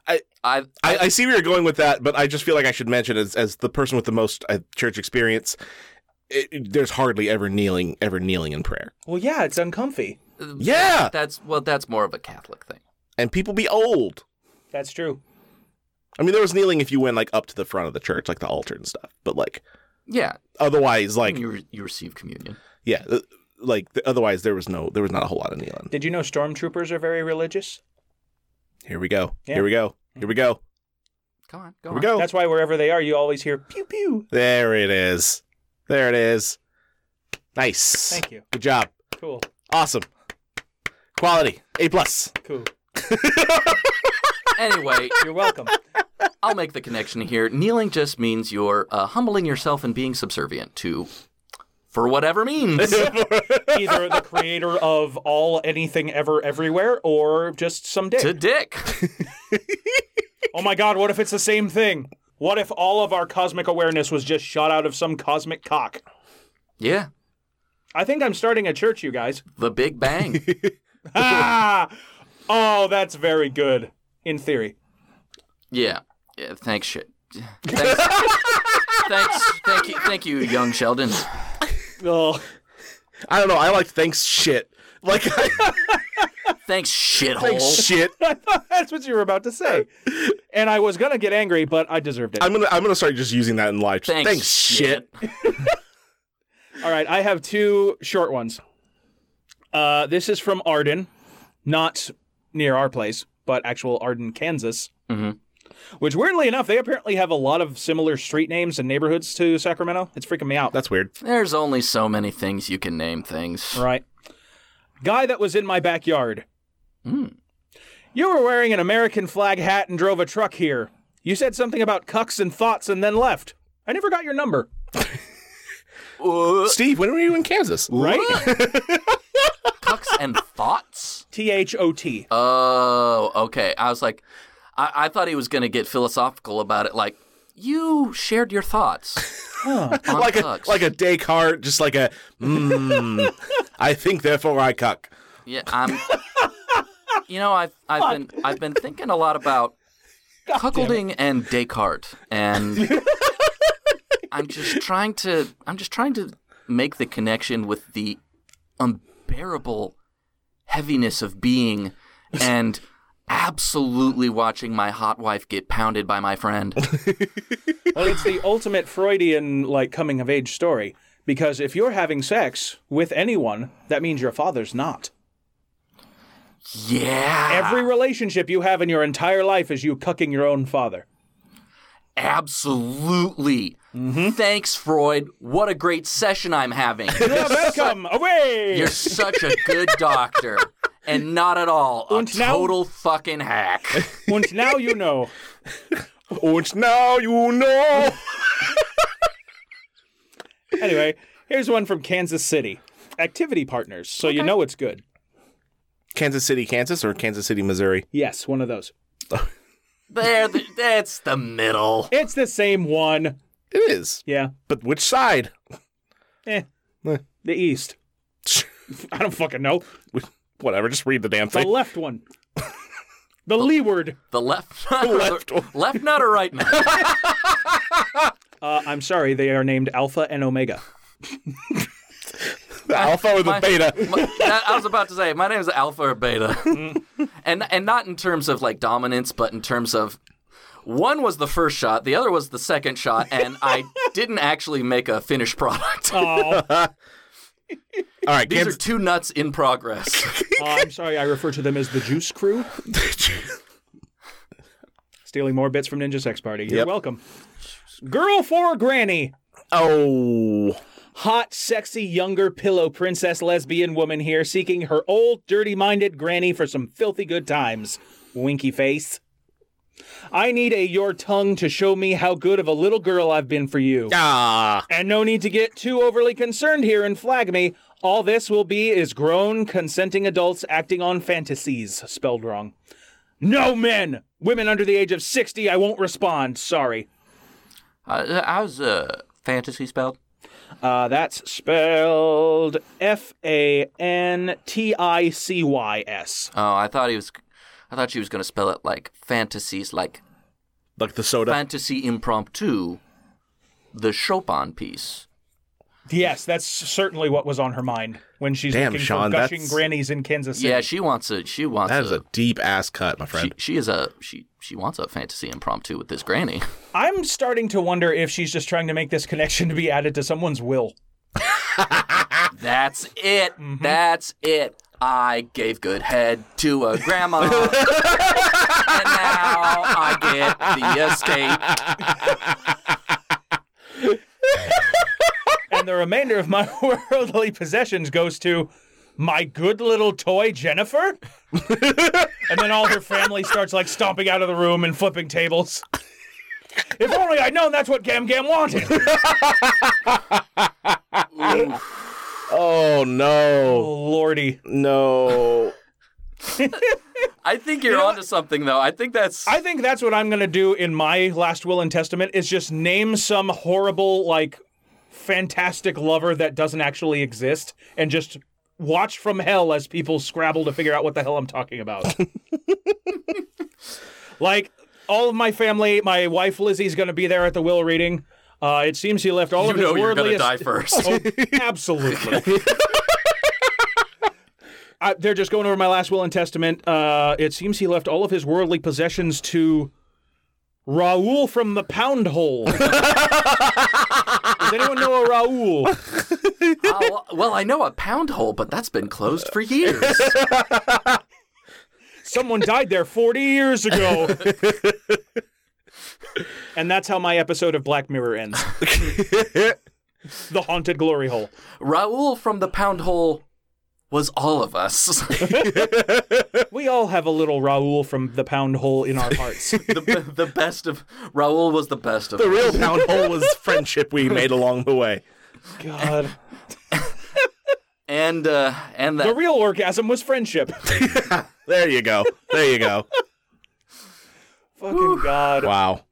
I
I, I see where you're going with that, but I just feel like I should mention as as the person with the most uh, church experience, it, it- there's hardly ever kneeling, ever kneeling in prayer.
Well, yeah, it's uncomfy.
Yeah,
that's well that's more of a Catholic thing.
and people be old.
That's true.
I mean, there was kneeling if you went like up to the front of the church, like the altar and stuff. But like
Yeah,
otherwise, like
you re- you receive communion.
yeah, uh, like th- otherwise there was no, there was not a whole lot of kneeling.
Did you know stormtroopers are very religious?
Here we go.
Yeah.
Here we go. Here we go.
Come on, go
Here we
on.
go.
That's why wherever they are, you always hear pew pew.
There it is. There it is. Nice.
Thank you.
Good job.
Cool,
Awesome. Quality. A plus.
cool.
Anyway,
You're *laughs* welcome.
I'll make the connection here. Kneeling just means you're uh, humbling yourself and being subservient to, for whatever
*laughs*
means.
either the creator of all anything ever everywhere or just some dick.
To Dick.
Oh my god, what if it's the same thing? What if all of our cosmic awareness was just shot out of some cosmic cock?
Yeah,
I think I'm starting a church, you guys.
the Big Bang.
Ah! *laughs* Oh, that's very good. In theory.
Yeah. yeah thanks, shit. Thanks. thanks. Thank you. Thank you, young Sheldon.
Oh, *laughs*
I don't know. I like thanks shit. Like I
Thanks, shithole.
like shit.
that's what you were about to *laughs* say. And I was gonna get angry, but I deserved it.
I'm gonna I'm gonna start just using that in live. Just,
Thanks, shit.
All right, I have two short ones. Uh, this is from Arden, not near our place, but actual Arden, Kansas.
Mhm.
Which, weirdly enough, they apparently have a lot of similar street names and neighborhoods to Sacramento. It's freaking me out.
That's weird.
There's only so many things you can name things.
right. Guy that was in my backyard.
Mm.
You were wearing an American flag hat and drove a truck here. You said something about cucks and thoughts and then left. I never got your number.
Uh,
Steve, when were you in Kansas?
right?
Cucks and thoughts?
T H O T.
Oh, okay. I was like, I, I thought he was going to get philosophical about it. Like, you shared your thoughts. on
like a
cucks.
like a Descartes, just like a. Mm,
*laughs*
I think, therefore I cuck.
Yeah, I'm. you know, I've I've been I've been thinking a lot about cuckolding and Descartes, and I'm just trying to I'm just trying to make the connection with the unbearable heaviness of being and absolutely watching my hot wife get pounded by my friend.
Well, it's the ultimate Freudian like coming of age story because if you're having sex with anyone, that means your father's not.
Yeah.
Every relationship you have in your entire life is you cucking your own father.
absolutely. Thanks Freud. What a great session I'm having.
You're welcome away. *laughs*
You're such a good doctor. And not at all a
Und now-
total fucking hack.
and now you know.
Und Oh, now
*laughs*
you know.
Anyway, here's one from Kansas City. Activity partners, so you know it's good.
Kansas City, Kansas, or Kansas City, Missouri.
Yes, one of those.
There, th- that's the middle.
It's the same one.
It is,
Yeah.
but which side?
Eh.
Eh.
The east. I don't fucking know.
Whatever. Just read the damn
The
thing.
left one. The leeward.
The left *laughs* nut, or
left
the,
one.
left nut or right nut?
Uh, I'm sorry, they are named Alpha and Omega.
The alpha or the
My-
beta?
My- that- I was about to say my name is Alpha or Beta, and and not in terms of like dominance, but in terms of one was the first shot, the other was the second shot, and I didn't actually make a finished product.
Oh,
All right,
These are
Kansas.
two nuts in progress.
uh, I'm sorry, I refer to them as the Juice Crew. Stealing more bits from Ninja Sex Party. You're
Yep.
welcome. Girl for Granny.
oh,
Hot, sexy, younger pillow princess lesbian woman here seeking her old, dirty minded granny for some filthy good times. Winky face. I need a your tongue to show me how good of a little girl I've been for you.
ah,
And no need to get too overly concerned here and flag me. All this will be is grown, consenting adults acting on fantasies. Spelled wrong. No men! Women under the age of 60, I won't respond. Sorry.
Uh, how's uh, fantasy spelled?
Uh, that's spelled F A N T I C Y S.
Oh, I thought he was. I thought she was going to spell it like fantasies, like
like the soda.
fantasy impromptu, the Chopin piece.
Yes, that's certainly what was on her mind when she's
Damn,
looking
Sean,
for gushing
that's-
grannies in Kansas City.
Yeah, she wants a. She wants
that is a deep ass cut, my
She,
friend.
she is a. She she wants a fantasy impromptu with this granny. *laughs*
I'm starting to wonder if she's just trying to make this connection to be added to someone's will.
That's it.
Mm-hmm.
That's it. I gave good head to a
*laughs*
grandma, and now I get the
*laughs*
escape.
and the remainder of my *laughs* worldly possessions goes to my good little toy Jennifer. and then all her family starts like stomping out of the room and flipping tables. If only I'd known that's what Gam Gam wanted.
oh
*laughs* Oh,
no,
lordy.
no.
I think you're onto something though. I think that's.
I think that's what I'm going to do in my last will and testament is just name some horrible like fantastic lover that doesn't actually exist and just watch from hell as people scrabble to figure out what the hell I'm talking about. like all of my family, my wife Lizzie's going to be there at the will reading. Uh, it seems he left all
you
of his
know you're
worldly
gonna die
est-
first.
Oh, absolutely. *laughs* I, they're just going over my last will and testament. Uh, it seems he left all of his worldly possessions to Raoul from the Pound Hole. *laughs* Does anyone know a Raoul?
Oh, well, I know a pound hole, but that's been closed for
*laughs*
years.
Someone died there 40 years *laughs* ago. and that's how my episode of Black Mirror *laughs* ends. the haunted glory hole.
Raoul from the pound hole was all of us. *laughs*
We all have a little Raoul from the Pound Hole in our hearts.
the, the best of Raoul was the best of
The real pound hole was friendship we made along the way.
*laughs* God.
and uh, and
The
that
real orgasm was friendship.
There you go. There you go.
Fucking
*sighs*
God.
Wow.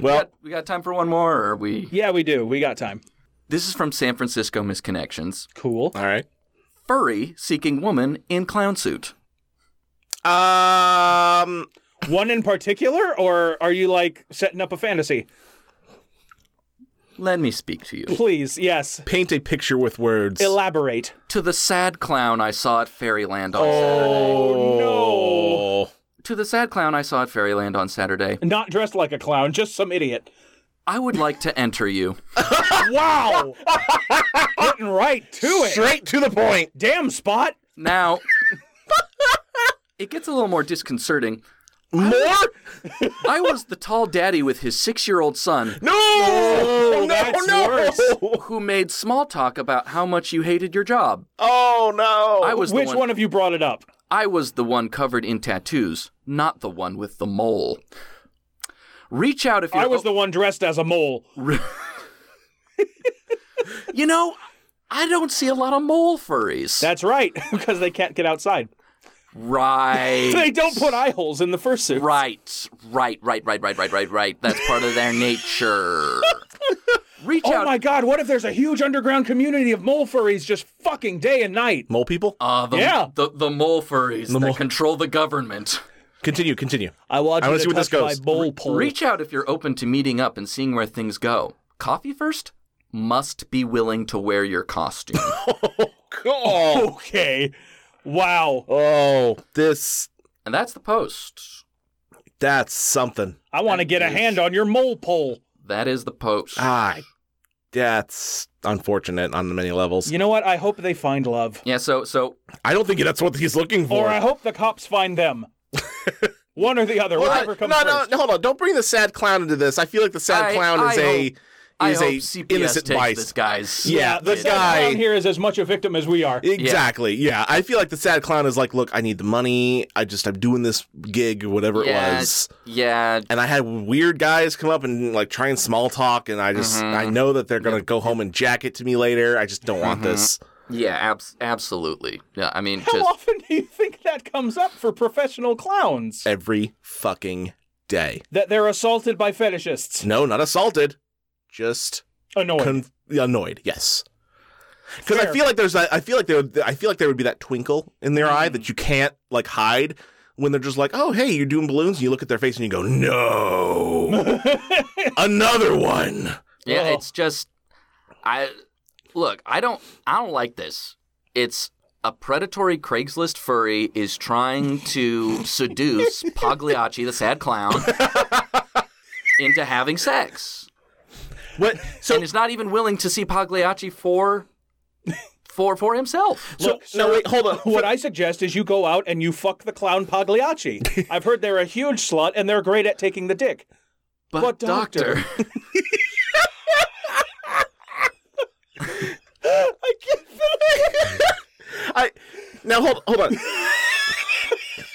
Well,
we got time for one more. Or are we
Yeah, we do. We got time.
this is from San Francisco Misconnections.
Cool.
all right.
Furry seeking woman in clown suit.
Um,
One in particular, or are you like setting up a fantasy?
Let me speak to you.
Please, yes.
paint a picture with words.
Elaborate.
To the sad clown I saw at Fairyland on Saturday.
Oh
Oh,
To the sad clown I saw at Fairyland on Saturday.
no. Not dressed like a clown, just some idiot.
I would like to enter you.
*laughs* Wow. Getting right to it.
straight to the point.
Damn spot.
Now, *laughs* it gets a little more disconcerting.
More?
I was the tall daddy with his six year old son
No! No!
that's
no!
worse.
who made small talk about how much you hated your job.
Oh no!
I was, the
Which
one,
one of you brought it up?
I was the one covered in tattoos, not the one with the mole. Reach out if you're.
I was the one dressed as a mole.
You know, I don't see a lot of mole furries.
That's right, *laughs* because they can't get outside.
*laughs* right.
They don't put eye holes in the fursuit.
Right, right, right, right, right, right, right, right. That's part of their
*laughs*
nature. Reach
Oh
out.
my god, what if there's a huge underground community of mole furries just fucking day and night?
mole people.
Uh, the,
Yeah.
the the mole furries that
mole-
control the government.
Continue. Continue.
I want
I
you
wanna
to
see where this
touch my
goes.
mole pole.
Reach out if you're open to meeting up and seeing where things go. Coffee first. Must be willing to wear your
*laughs*
costume.
Oh.
*laughs* Okay. Wow.
Oh, this.
and that's the post.
That's something.
I want to get a hand on your mole pole.
That is the post.
Ah, that's unfortunate on many levels.
You know what? I hope they find love.
Yeah. So so
I don't think that's what he's looking for.
Or I hope the cops find them. One or the other,
Well,
whatever
no,
comes
no, no,
first.
hold on! Don't bring the sad clown into this. I feel like the sad
I-
clown is
I
a
I
is
hope
a
CPS
innocent
takes
vice.
this guy's.
*laughs* Yeah,
the
the
sad
guy-
clown here is as much a victim as we are.
Exactly. Yeah. I feel like the sad clown is like, look, I need the money. I just I'm doing this gig or whatever it
Yeah,
was.
Yeah.
And I had weird guys come up and like try and small talk, and I just
Mhm.
I know that they're gonna go home and jack it to me later. I just don't want
Mhm.
this.
Yeah. Abs- absolutely. Yeah. I mean,
How
just
often do you think that comes up for professional clowns?
Every fucking day.
That they're assaulted by fetishists.
No, not assaulted. Just
Annoying.
conf- annoyed. Yes. Because I
Fair.
feel like there's that. I feel like there. would- I feel like there would be that twinkle in their eye
Mm-hmm.
that you can't like hide when they're just like, oh hey, you're doing balloons, and you look at their face and you
*laughs*
go, no, another one.
Yeah,
Ugh.
it's just I look, I don't I don't like this. It's a predatory Craigslist furry is trying to
*laughs*
seduce Pagliacci the sad clown into having sex.
What? So
and is not even willing to see Pagliacci for for for himself.
so
Look,
no
sir,
wait, hold on.
*laughs* What I suggest is you go out and you fuck the clown
*laughs*
Pagliacci. I've heard they're a huge slut and they're great at taking the dick.
But,
But
doctor,
doctor-
I can't finish. *laughs* I now hold hold on.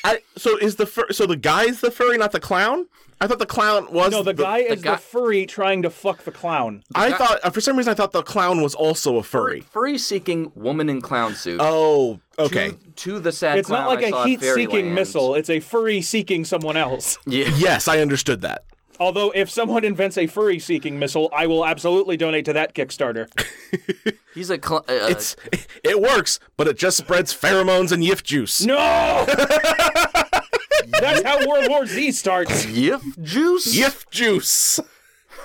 I so is the fur, so the guy's the furry, not the clown. I thought the clown was
No, the guy is
guy-
the furry trying to fuck the clown.
I thought uh, for some reason I thought the clown was also a furry.
furry seeking woman in clown suit.
Oh, okay.
To, to the sad
Uh, It's not
clown
like
I saw
a
at
heat seeking
Fairyland.
missile, it's a furry seeking someone
*laughs*
else.
Yeah.
Yes, I understood that.
Although, if someone invents a furry seeking missile, I will absolutely donate to that Kickstarter.
He's a cl- uh,
It's it works, but it just spreads pheromones and yif juice. *laughs*
No! That's how World War Z starts.
Yif juice.
Yif juice.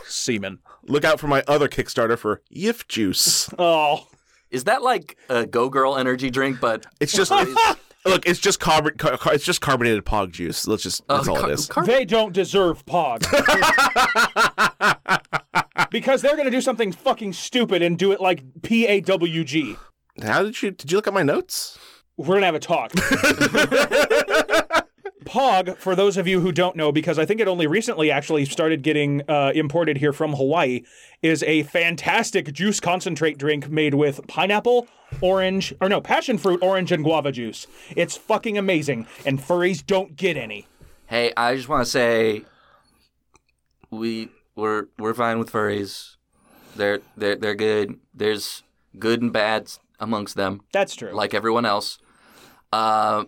Semen.
Look out for my other Kickstarter for yif juice.
Oh.
Is that like a Go Girl energy drink, but
It's just look. It's just carbon. Car, car- it's just carbonated pog juice. Let's just. That's all
uh, Oh, car-
it is.
car-
They don't deserve Pog. because they're going to do something fucking stupid and do it like P A W G.
How did you? Did you look at my notes?
We're going to have a talk. Pog, for those of you who don't know, because I think it only recently actually started getting uh, imported here from Hawaii, is a fantastic juice concentrate drink made with pineapple, orange, or no, passion fruit, orange, and guava juice. It's fucking amazing, and furries don't get any.
hey, I just want to say, we we're we're fine with furries. They're they're they're good. There's good and bad amongst them,
That's true.
like everyone else. Uh,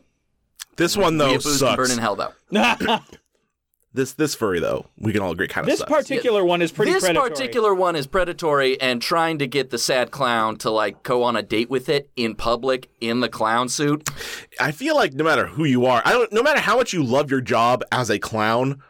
This one though
Mia Booth can burn
sucks.
in hell though.
*laughs*
This this furry though, we can all agree kind of
this
sucks.
particular one is pretty
this
predatory.
particular one is predatory and trying to get the sad clown to like go on a date with it in public in the clown suit.
I feel like no matter who you are, I don't. No matter how much you love your job as a clown,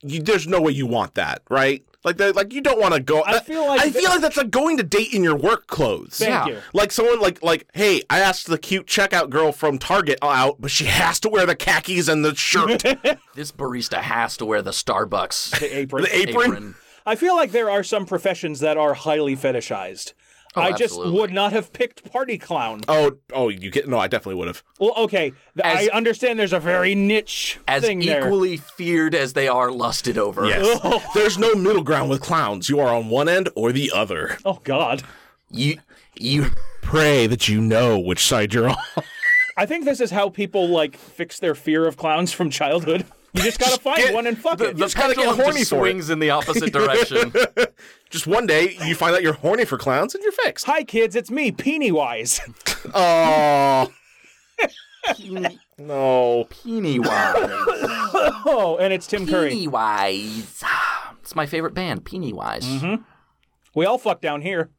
you, there's no way you want that, right? Like that, like you don't want to go.
I feel like
I
thi-
feel like that's like going to date in your work clothes.
Thank
Yeah.
you.
Like someone like like hey, I asked the cute checkout girl from Target out, but she has to wear the khakis and the
*laughs*
shirt, the
This barista has to wear the Starbucks
*laughs* The apron.
apron.
apron.
I feel like there are some professions that are highly fetishized.
Oh,
I just
absolutely.
would not have picked party clown.
Oh, oh, you get no. I definitely would have.
Well, okay, th-
As-
I understand there's a very niche
As
thing there.
equally feared as they are lusted over.
*laughs* Yes. There's no middle ground with clowns. You are on one end or the other.
Oh God,
You you
Pray that you know which side you're on. *laughs*
I think this is how people like fix their fear of clowns from childhood. You
*laughs*
just gotta find
Get-
one and fuck
the,
it.
the
just gotta get
pendulum
horny
just
for it.
swings in the
*laughs*
opposite direction.
Just one day, you find out you're horny for clowns and you're fixed.
Hi kids, it's me, Pennywise. *laughs*
Oh. *laughs* no.
Pennywise.
Oh, and it's Tim Curry.
Pennywise. Ah, It's my favorite band, Pennywise.
Mm-hmm.
We all fuck down
*laughs*
here.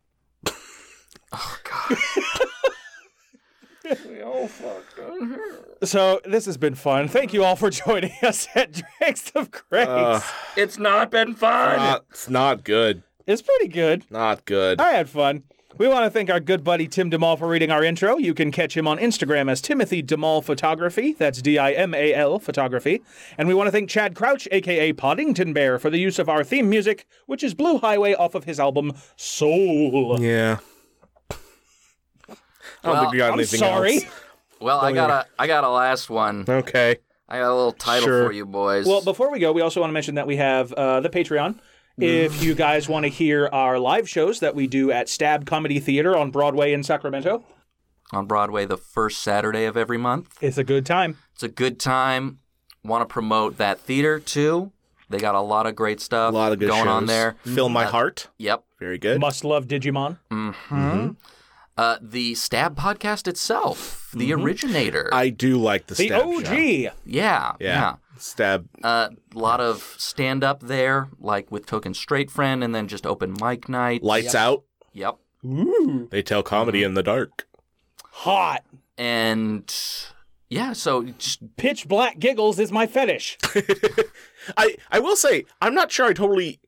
*laughs* Oh God. we all fuck down here. So this has been fun. Thank you all for *laughs* joining us at Drinks of Grace.
It's not been fun.
Not, it's not good.
it's pretty good.
Not good.
I had fun. We want to thank our good buddy Tim DeMall for reading our intro. You can catch him on Instagram as Timothy DeMall Photography. That's D I M A L Photography. And we want to thank Chad Crouch, aka Poddington Bear, for the use of our theme music, which is Blue Highway off of his album Soul.
Yeah. I don't
Well,
think we got
I'm
anything
sorry.
else.
Well, I got a I got a last one.
Okay.
I got a little title
Sure.
for you boys.
Well, before we go, we also want to mention that we have uh, the Patreon. If you guys want to hear our live shows that we do at Stab Comedy Theater on Broadway in Sacramento,
on Broadway the first Saturday of every month.
it's a good time.
It's a good time. Want to promote that theater too? They got a lot of great stuff
A lot of good
going
shows.
on there. Mm-hmm.
Fill my heart.
Yep.
Very good.
Must love Digimon.
Uh, the Stab podcast itself, the originator.
Mm-hmm. I do like the,
The
stab
OG.
shot.
yeah. Uh,
Yeah. Stab.
A lot of stand up there, like with Token Straight Friend, and then just open mic night.
Lights out.
Yep. Mm-hmm.
Ooh.
They tell comedy in the dark.
Hot.
And yeah, so just
Pitch black giggles is my fetish.
I, I will say, I'm not sure I totally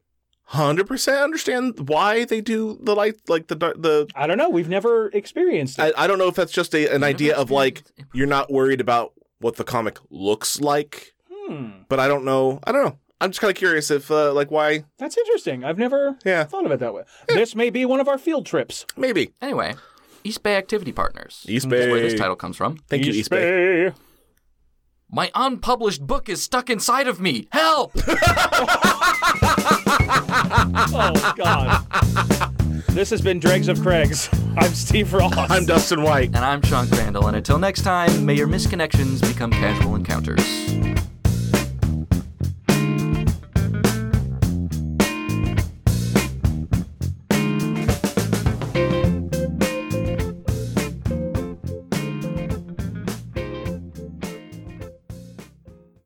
100% understand why they do the light, like the dark, the
I don't know. We've never experienced it.
I, I don't know if that's just a, an idea of like you're not worried about what the comic looks like,
hmm.
but I don't know. I don't know. I'm just kind of curious if uh, like why?
That's interesting. I've never
Yeah.
thought of it that way. This may be one of our field trips.
Maybe
anyway, East Bay Activity Partners.
East
That's
Bay.
where this title comes from.
Thank you, East Bay.
Bay.
My unpublished book is stuck inside of me.
*laughs*
Help!
Oh,
*laughs*
God. this has been Dregs of Craigs. I'm Steve Ross.
I'm Dustin White.
and I'm Chunk Vandal. And until next time, may your misconnections become casual encounters.